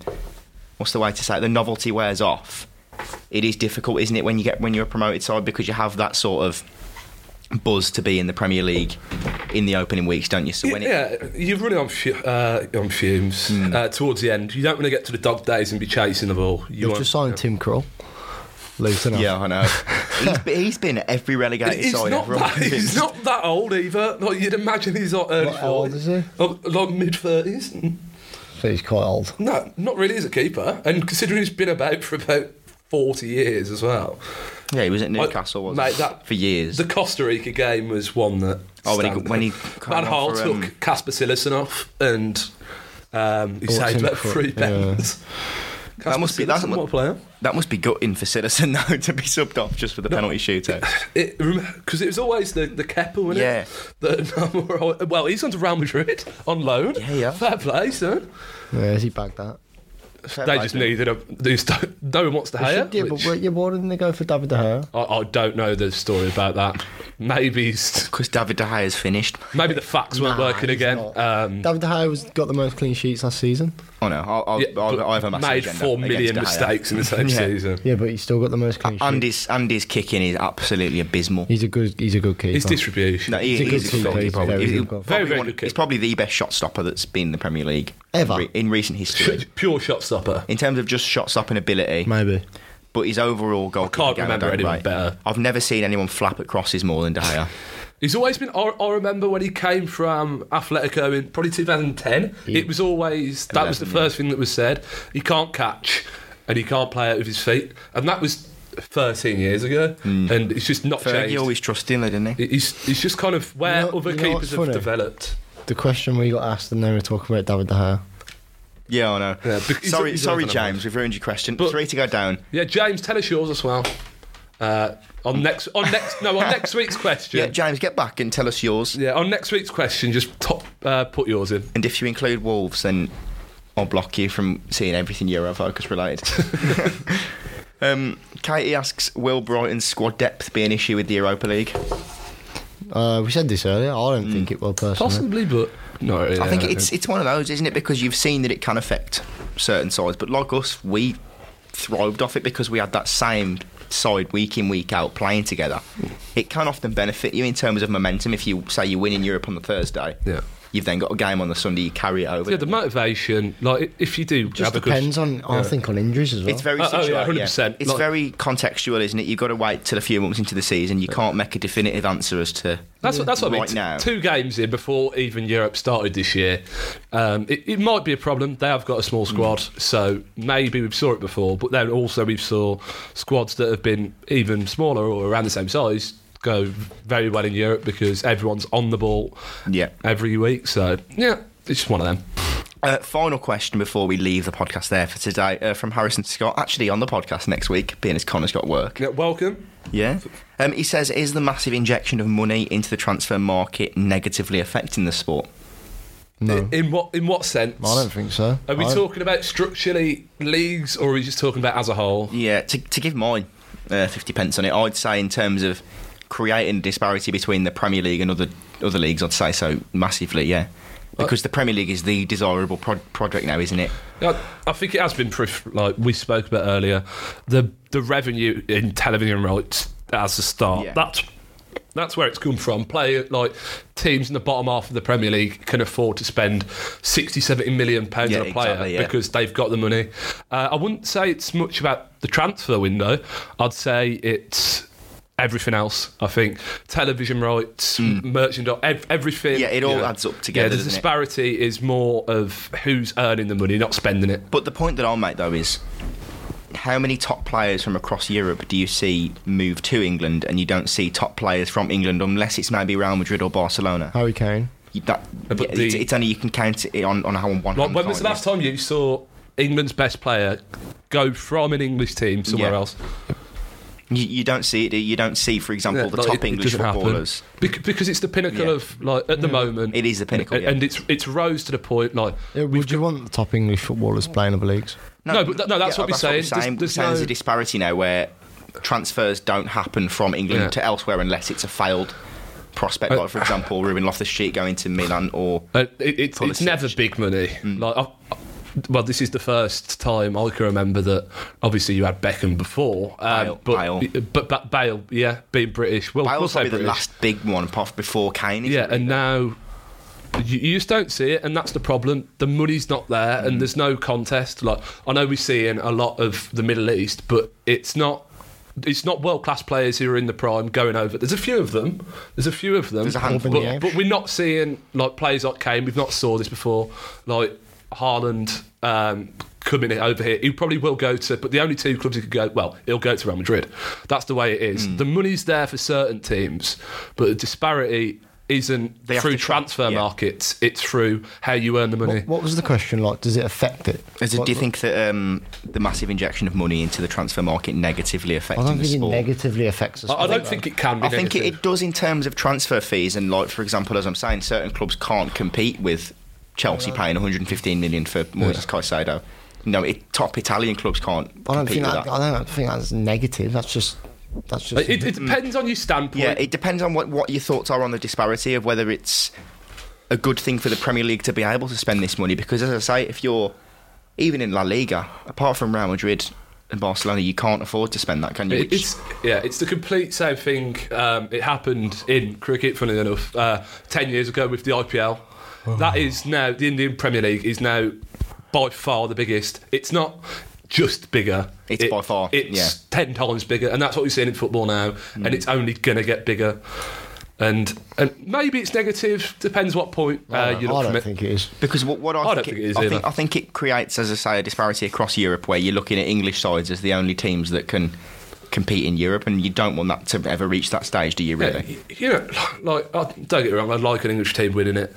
Speaker 2: what's the way to say it, the novelty wears off, it is difficult, isn't it, when you get when you're a promoted side because you have that sort of buzz to be in the Premier League in the opening weeks, don't you? So when it,
Speaker 3: yeah, you're running on, fu- uh, on fumes uh, towards the end. You don't want to get to the dog days and be chasing the ball. You
Speaker 1: They've
Speaker 3: want
Speaker 1: just signed Tim Krul. Luton. have.
Speaker 2: yeah, I know. he's, be- he's been at every relegated
Speaker 3: He's
Speaker 2: side.
Speaker 3: not,
Speaker 2: everyone
Speaker 3: that, he's
Speaker 2: convinced.
Speaker 3: not that old either. Like you'd imagine he's like early
Speaker 1: What, how old is
Speaker 3: forties,
Speaker 1: he?
Speaker 3: like, like mid thirties.
Speaker 1: So he's quite old.
Speaker 3: No, not really as a keeper. And considering he's been about for about forty years as well.
Speaker 2: Yeah, he was at
Speaker 3: Like,
Speaker 2: Newcastle wasn't
Speaker 3: mate,
Speaker 2: he?
Speaker 3: that-
Speaker 2: for years.
Speaker 3: The Costa Rica game was one that.
Speaker 2: Oh, when he-
Speaker 3: stand-
Speaker 2: when he
Speaker 3: Van
Speaker 2: came
Speaker 3: Hal
Speaker 2: on for, um,
Speaker 3: took Casper Sillerson off and um, he
Speaker 1: Bought
Speaker 3: saved
Speaker 1: him
Speaker 3: about
Speaker 1: for-
Speaker 3: three
Speaker 1: yeah.
Speaker 3: pens.
Speaker 2: That must be- that's
Speaker 3: Citizen,
Speaker 2: what-
Speaker 3: what player.
Speaker 2: That must be gutting for Citizen now to be subbed off just for the penalty shootout.
Speaker 3: Because it, was always the the Kepa, wasn't
Speaker 2: Yeah.
Speaker 3: it? The, well, he's gone to Real Madrid on loan.
Speaker 2: Yeah, yeah.
Speaker 3: Fair play, son.
Speaker 1: Yeah, has he bagged that?
Speaker 3: They just needed a. they just don't- No one wants to
Speaker 1: They
Speaker 3: hear.
Speaker 1: should, yeah, but where- yeah, why didn't they go for David De Gea?
Speaker 3: I, I don't know the story about that. Maybe he's-
Speaker 2: Because David De Gea's finished.
Speaker 3: maybe the facts weren't
Speaker 1: Nah,
Speaker 3: working
Speaker 1: he's
Speaker 3: again.
Speaker 1: not.
Speaker 3: Um,
Speaker 1: David De Gea was got the most clean sheets last season.
Speaker 2: Oh no, I'll, I'll,
Speaker 3: yeah,
Speaker 2: I'll,
Speaker 3: but
Speaker 2: I have a massive
Speaker 3: made
Speaker 2: agenda
Speaker 3: four
Speaker 2: against
Speaker 3: million
Speaker 2: De Gea.
Speaker 3: mistakes in the same
Speaker 2: Yeah.
Speaker 3: season.
Speaker 1: Yeah, but he's still got the most clean
Speaker 2: And
Speaker 1: sheets.
Speaker 2: his, and his kicking is absolutely abysmal.
Speaker 1: He's a good. He's a good keeper.
Speaker 3: His distribution.
Speaker 2: No, he,
Speaker 1: He's a
Speaker 2: he's,
Speaker 1: good keeper,
Speaker 2: probably-
Speaker 1: he's a very
Speaker 2: he's
Speaker 1: good
Speaker 2: probably
Speaker 3: Very, very
Speaker 2: one-
Speaker 3: good
Speaker 2: he's
Speaker 3: keeper.
Speaker 2: probably the best shot stopper that's been in the Premier League
Speaker 1: Ever.
Speaker 2: re- in recent history.
Speaker 3: Pure shot stopper.
Speaker 2: in terms of just shot stopping ability,
Speaker 1: Maybe.
Speaker 2: but his overall goal.
Speaker 3: can't remember anyone better.
Speaker 2: I've never seen anyone flap at crosses more than De Gea.
Speaker 3: He's always been. I, I remember when he came from Atletico in probably 2010. it was always that was the
Speaker 2: 11,
Speaker 3: first thing that was said. He can't catch, and he can't play out of his feet, and that was 13 years ago. And it's just not
Speaker 2: Hmm. Fergie
Speaker 3: changed.
Speaker 2: always trusted him, though, didn't he?
Speaker 3: It- It's, it's just kind of where
Speaker 1: You know-
Speaker 3: other
Speaker 1: you know
Speaker 3: keepers
Speaker 1: what's
Speaker 3: have
Speaker 1: funny?
Speaker 3: developed.
Speaker 1: The question we got asked, and then we're talking about David De Gea.
Speaker 2: Yeah, I know.
Speaker 3: Yeah, bec- he's-
Speaker 2: sorry,
Speaker 3: he's
Speaker 2: sorry,
Speaker 3: over the
Speaker 2: James, we've ruined your question.
Speaker 3: But-
Speaker 2: Three to go down.
Speaker 3: Yeah, James, tell us yours as well. Uh, on next, on next, no, on next week's question.
Speaker 2: Yeah, James, get back and tell us yours.
Speaker 3: Yeah, on next week's question, just top uh, put yours in.
Speaker 2: And if you include Wolves, then I'll block you from seeing everything Eurofocus related. um, Katie asks, will Brighton's squad depth be an issue with the Europa League?
Speaker 1: Uh, we said this earlier. I don't
Speaker 2: Hmm.
Speaker 1: think it will personally.
Speaker 3: Possibly, but no.
Speaker 2: I think it's it's one of those, isn't it? Because you've seen that it can affect certain sides, but like us, we thrived off it because we had that same side week in week out playing together. It can often benefit you in terms of momentum if you say you win in Europe on the Thursday.
Speaker 3: Yeah.
Speaker 2: You've then got a game on the Sunday, you carry it over.
Speaker 3: Yeah, the motivation, like i- if you do
Speaker 1: Just
Speaker 3: have a good-
Speaker 1: depends on. I
Speaker 3: yeah.
Speaker 1: think on injuries as well.
Speaker 2: It's very
Speaker 3: Oh, oh, yeah,
Speaker 2: situated. yeah,
Speaker 3: 100%.
Speaker 2: It's
Speaker 3: Like-
Speaker 2: very contextual, isn't it? You've got to wait till a few months into the season. You can't make a definitive answer as to.
Speaker 3: That's what that's what I mean.
Speaker 2: Right now.
Speaker 3: Two games in before even Europe started this year. Um, it, it might be a problem. They have got a small squad,
Speaker 2: Mm.
Speaker 3: so maybe we've saw it before. But then also we've saw squads that have been even smaller or around the same size go very well in Europe because everyone's on the ball
Speaker 2: Yeah.
Speaker 3: every week. So yeah, it's just one of them.
Speaker 2: Uh, final question before we leave the podcast there for today uh, from Harrison Scott. Actually, on the podcast next week, being as Connor's got work.
Speaker 3: welcome.
Speaker 2: Yeah. Um, he says, Is the massive injection of money into the transfer market negatively affecting the sport?
Speaker 1: no,
Speaker 3: In what in what sense?
Speaker 1: I don't think so.
Speaker 3: Are we
Speaker 1: I-
Speaker 3: talking about structurally leagues, or are we just talking about as a whole?
Speaker 2: Yeah, to, to give mine uh, 50 pence on it, I'd say in terms of creating disparity between the Premier League and other other leagues, I'd say so massively, yeah. Because the Premier League is the desirable pro- project now, isn't it?
Speaker 3: I, I think it has been proof, like we spoke about earlier, the the revenue in television rights as a start.
Speaker 2: Yeah.
Speaker 3: That's that's where it's come from. Play like teams in the bottom half of the Premier League can afford to spend 60, 70 million pounds
Speaker 2: Yeah,
Speaker 3: on a player
Speaker 2: exactly, yeah.
Speaker 3: because they've got the money. Uh, I wouldn't say it's much about the transfer window. I'd say it's everything else. I think television rights,
Speaker 2: Hmm.
Speaker 3: merchandise, ev- everything.
Speaker 2: Yeah, it all
Speaker 3: you know.
Speaker 2: adds up together,
Speaker 3: Yeah, the
Speaker 2: doesn't it?
Speaker 3: disparity is more of who's earning the money, not spending it.
Speaker 2: But the point that I'll make, though, is how many top players from across Europe do you see move to England and you don't see top players from England unless it's maybe Real Madrid or Barcelona?
Speaker 1: Harry Kane.
Speaker 2: You- That,
Speaker 3: Uh, But
Speaker 2: yeah, it's,
Speaker 3: the-
Speaker 2: it's only you can count it on, on how on one
Speaker 3: Like,
Speaker 2: hand,
Speaker 3: when was the
Speaker 2: can't
Speaker 3: last time you saw England's best player go from an English team somewhere
Speaker 2: Yeah.
Speaker 3: else?
Speaker 2: You, you don't see it. do You You don't see, for example, the
Speaker 3: Like,
Speaker 2: top
Speaker 3: it- it
Speaker 2: English
Speaker 3: doesn't happen.
Speaker 2: footballers.
Speaker 3: Bec- because it's the pinnacle
Speaker 2: Yeah. Mm.
Speaker 3: of like at the moment.
Speaker 2: It is the pinnacle,
Speaker 3: and,
Speaker 2: yeah.
Speaker 3: and it's it's rose to the point like
Speaker 1: Yeah, would you want the top English footballers playing other leagues?
Speaker 3: No, but th- no, that's what we're saying. There's-
Speaker 2: saying.
Speaker 3: there's
Speaker 2: We're saying
Speaker 3: no-
Speaker 2: a disparity now where transfers don't happen from England
Speaker 3: Yeah.
Speaker 2: to elsewhere unless it's a failed prospect, like for example, Ruben Loftus-Cheek going to Milan or
Speaker 3: uh, it, it's it's
Speaker 2: Pulisic.
Speaker 3: never big money.
Speaker 2: Mm.
Speaker 3: Like. I, I, well, this is the first time I can remember that. Obviously, you had Beckham before, uh,
Speaker 2: Bale-
Speaker 3: but,
Speaker 2: Bale.
Speaker 3: but but Bale, yeah, being British, well,
Speaker 2: Bale
Speaker 3: we'll
Speaker 2: was
Speaker 3: say
Speaker 2: probably the
Speaker 3: British.
Speaker 2: last big one apart before Kane. isn't
Speaker 3: Yeah,
Speaker 2: it?
Speaker 3: and now you, you just don't see it, and that's the problem. The money's not there,
Speaker 2: Mm.
Speaker 3: and there's no contest. Like I know we see in a lot of the Middle East, but it's not. It's not world class players who are in the prime going over. There's a few of them. There's a few of them.
Speaker 2: There's a handful,
Speaker 3: but,
Speaker 1: yeah.
Speaker 3: but we're not seeing like players like Kane. We've not saw this before. Like Haaland um, coming over here. He probably will go to. But the only two clubs he could go. Well, he'll go
Speaker 2: Hmm.
Speaker 3: to Real Madrid. That's the way it is. The money's there for certain teams, but the disparity isn't
Speaker 2: They have
Speaker 3: through
Speaker 2: to tra-
Speaker 3: transfer
Speaker 2: yeah.
Speaker 3: markets. It's through how you earn the money.
Speaker 1: What was the question like? Does it affect it?
Speaker 2: As in,
Speaker 1: What-
Speaker 2: do you think that um, the massive injection of money into the transfer market negatively
Speaker 1: I
Speaker 2: affecting
Speaker 1: don't
Speaker 2: the
Speaker 1: think it
Speaker 2: sport?
Speaker 1: negatively affects us.
Speaker 3: I, I don't think it can. Be
Speaker 2: I think it,
Speaker 3: negative.
Speaker 2: it does in terms of transfer fees and, like for example, as I'm saying, certain clubs can't compete with Chelsea paying 115 million for Moises Caicedo. No, it, top Italian clubs can't
Speaker 1: I don't
Speaker 2: compete
Speaker 1: think
Speaker 2: with
Speaker 1: that,
Speaker 2: that.
Speaker 1: I don't think that's negative. That's just that's just.
Speaker 3: It, it depends on your standpoint.
Speaker 2: Hmm. Yeah, it depends on what, what your thoughts are on the disparity of whether it's a good thing for the Premier League to be able to spend this money. Because, as I say, if you're even in La Liga, apart from Real Madrid and Barcelona, you can't afford to spend that, can you?
Speaker 3: It- It's yeah, it's the complete same thing. Um, it happened in cricket, funnily enough, uh, ten years ago with the IPL.
Speaker 1: Oh.
Speaker 3: That is now the Indian Premier League is now by far the biggest. It's not just bigger.
Speaker 2: It's by far,
Speaker 3: It's
Speaker 2: yeah. Mm.
Speaker 3: ten times bigger, and that's what we're seeing in football now. And it's only gonna get bigger. And and maybe it's negative. Depends what point
Speaker 1: I
Speaker 3: uh,
Speaker 1: don't,
Speaker 3: you
Speaker 1: I
Speaker 3: look from
Speaker 1: don't
Speaker 3: it.
Speaker 1: think it is.
Speaker 2: Because what, what I,
Speaker 3: I don't think it is
Speaker 2: I
Speaker 3: either.
Speaker 2: think, I think it creates, as I say, a disparity across Europe where you're looking at English sides as the only teams that can compete in Europe, and you don't want that to ever reach that stage, do you? Really?
Speaker 3: Yeah, y- you know, like, I, don't get me wrong, I like an English team winning it,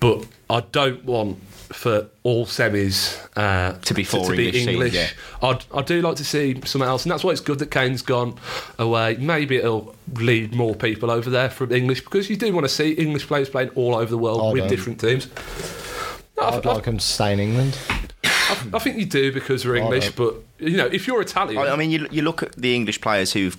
Speaker 3: but I don't want for all semis uh,
Speaker 2: To be
Speaker 3: to,
Speaker 2: four
Speaker 3: be
Speaker 2: English teams,
Speaker 3: English.
Speaker 2: yeah.
Speaker 3: I'd, I do like to see something else, and that's why it's good that Kane's gone away. Maybe it'll lead more people over there from English because you do want to see English players playing all over the world
Speaker 1: I
Speaker 3: with
Speaker 1: don't.
Speaker 3: different teams. No, I,
Speaker 1: I'd like them to stay in England.
Speaker 3: I- I think you do because we're English, but you know, if you're Italian,
Speaker 2: I, I mean, you, you look at the English players who've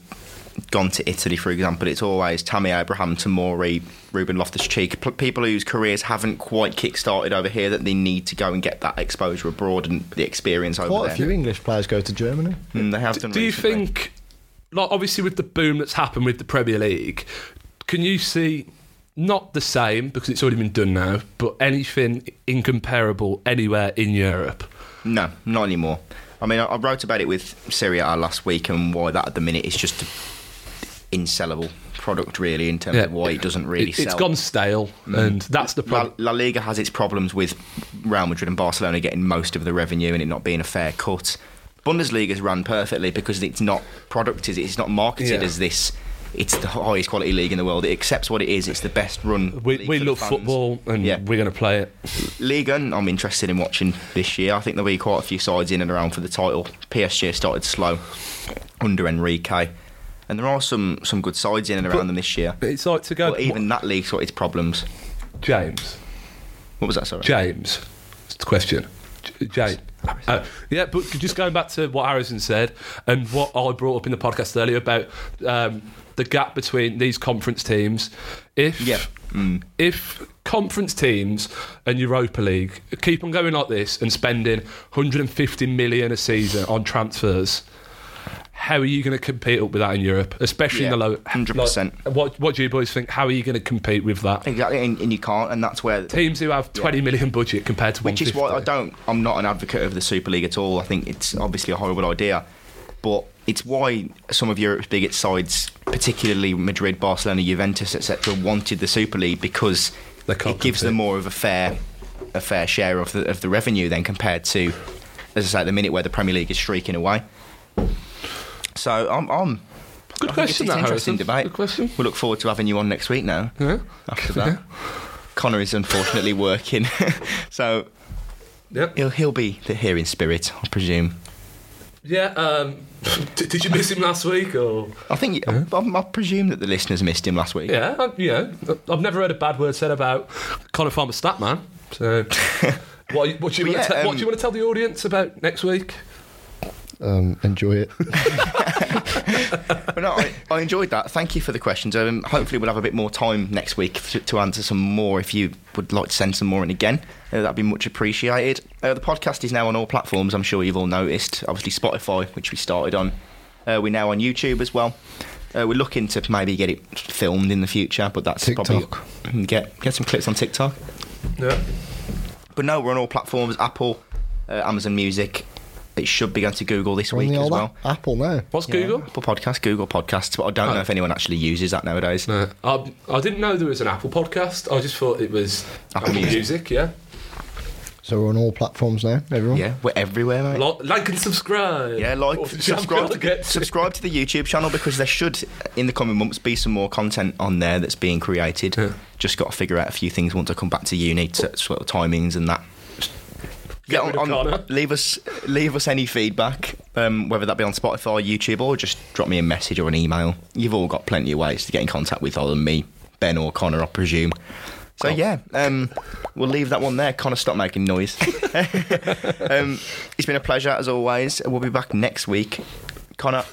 Speaker 2: gone to Italy, for example, it's always Tammy Abraham, Tamori, Ruben Loftus Cheek, p- people whose careers haven't quite kick started over here that they need to go and get that exposure abroad and the experience over
Speaker 1: Quite
Speaker 2: there.
Speaker 1: a few English players go to Germany.
Speaker 2: Mm, they have done
Speaker 3: Do you
Speaker 2: recently.
Speaker 3: think, like, obviously with the boom that's happened with the Premier League, can you see not the same because it's already been done now, but anything incomparable anywhere in Europe?
Speaker 2: No, not anymore. I mean, I, I wrote about it with Syria last week and why that at the minute is just an insellable product, really, in terms of why it doesn't really
Speaker 3: it,
Speaker 2: sell. Mm.
Speaker 3: has gone stale, and that's the
Speaker 2: La,
Speaker 3: problem.
Speaker 2: La Liga has its problems with Real Madrid and Barcelona getting most of the revenue and it not being a fair cut. Bundesliga's run perfectly because it's not product is it's not marketed
Speaker 3: Yeah.
Speaker 2: as this. It's the highest quality league in the world. It accepts what it is. It's the best run.
Speaker 3: we
Speaker 2: league
Speaker 3: we
Speaker 2: for the
Speaker 3: love
Speaker 2: fans.
Speaker 3: football, and
Speaker 2: Yeah.
Speaker 3: we're going to play it.
Speaker 2: League One, I'm interested in watching this year. I think there'll be quite a few sides in and around for the title. PSG started slow under Enrique, and there are some some good sides in and around
Speaker 3: But-
Speaker 2: them this year.
Speaker 3: But it's like to go,
Speaker 2: But even that league's got its problems.
Speaker 3: James,
Speaker 2: What was that? Sorry.
Speaker 3: James, it's the question. J- James. Oh, yeah, but just going back to what Harrison said and what I brought up in the podcast earlier about um, the gap between these conference teams. If
Speaker 2: Yeah. Mm.
Speaker 3: if conference teams and Europa League keep on going like this and spending 150 million a season on transfers, how are you going to compete up with that in Europe, especially in the
Speaker 2: Yeah,
Speaker 3: low?
Speaker 2: 100%.
Speaker 3: like, what What do you boys think? How are you going to compete with that?
Speaker 2: Exactly, and, and you can't, and that's where
Speaker 3: Teams who have 20 million budget compared to
Speaker 2: which is why I
Speaker 3: 150.
Speaker 2: don't. I'm not an advocate of the Super League at all. I think it's obviously a horrible idea, but it's why some of Europe's biggest sides, particularly Madrid, Barcelona, Juventus, etc., wanted the Super League because
Speaker 3: They
Speaker 2: it
Speaker 3: can't
Speaker 2: gives them
Speaker 3: compete.
Speaker 2: more of a fair, a fair share of the of the revenue then compared to, as I say, at the minute where the Premier League is streaking away. So I'm. I'm
Speaker 3: Good question,
Speaker 2: I think It's,
Speaker 3: that
Speaker 2: it's an interesting
Speaker 3: Harrison.
Speaker 2: debate.
Speaker 3: Good question.
Speaker 2: We look forward to having you on next week now.
Speaker 3: Yeah.
Speaker 2: After that, Connor is unfortunately working, so
Speaker 3: Yep.
Speaker 2: He'll he'll be the here in spirit, I presume.
Speaker 3: Yeah. Um, did, did you miss him last week or?
Speaker 2: I think I, I, I presume that the listeners missed him last week.
Speaker 3: Yeah. I, you know, I've never heard a bad word said about Conor Farmer stat man. So, what, what, do you
Speaker 2: But
Speaker 3: wanna
Speaker 2: yeah,
Speaker 3: te- what
Speaker 2: um,
Speaker 3: do you want to tell the audience about next week?
Speaker 4: Um, enjoy it.
Speaker 2: But no, I, I enjoyed that. Thank you for the questions. Um, hopefully, we'll have a bit more time next week to, to answer some more. If you would like to send some more in again, uh, that'd be much appreciated. Uh, the podcast is now on all platforms. I'm sure you've all noticed. Obviously, Spotify, which we started on. Uh, we're now on YouTube as well. Uh, we're looking to maybe get it filmed in the future, but that's probably mm, get get some clips on TikTok.
Speaker 3: Yeah.
Speaker 2: But no, we're on all platforms: Apple, uh, Amazon Music. It should be going to Google this
Speaker 1: On
Speaker 2: week
Speaker 1: the
Speaker 2: as
Speaker 1: old
Speaker 2: well.
Speaker 1: a- Apple now.
Speaker 3: What's
Speaker 2: Yeah,
Speaker 3: Google?
Speaker 2: Apple Podcasts, Google Podcasts, but I don't
Speaker 3: Oh.
Speaker 2: know if anyone actually uses that nowadays.
Speaker 3: No, Uh, um, I, I didn't know there was an Apple podcast. I just thought it was
Speaker 2: Apple
Speaker 3: Apple
Speaker 2: Music.
Speaker 3: Music. Yeah.
Speaker 1: So we're on all platforms now, everyone.
Speaker 2: Yeah, we're everywhere, mate.
Speaker 3: Like, like and subscribe.
Speaker 2: Yeah, like
Speaker 3: Or
Speaker 2: subscribe
Speaker 3: Champion
Speaker 2: to,
Speaker 3: Gets-
Speaker 2: subscribe to the YouTube channel because there should, in the coming months, be some more content on there that's being created.
Speaker 3: Yeah.
Speaker 2: Just got to figure out a few things once I come back to uni, to, sort of timings and that.
Speaker 3: Get rid of Connor.
Speaker 2: leave us leave us any feedback, um, whether that be on Spotify, YouTube, or just drop me a message or an email. You've all got plenty of ways to get in contact with other than me, Ben or Connor, I presume. So yeah, um, we'll leave that one there. Connor, stop making noise. um, it's been a pleasure as always. We'll be back next week. Connor,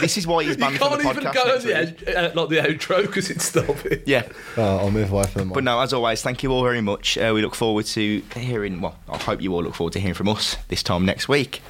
Speaker 2: this is why he's
Speaker 3: You
Speaker 2: banned from
Speaker 3: can't
Speaker 2: the
Speaker 3: even
Speaker 2: podcast.
Speaker 3: go
Speaker 2: next
Speaker 3: on the,
Speaker 2: week.
Speaker 3: ed- uh, like the outro because it's stopping.
Speaker 2: Yeah.
Speaker 1: Uh, I'll move away from the mic.
Speaker 2: But no, as always, thank you all very much. Uh, we look forward to hearing, well, I hope you all look forward to hearing from us this time next week.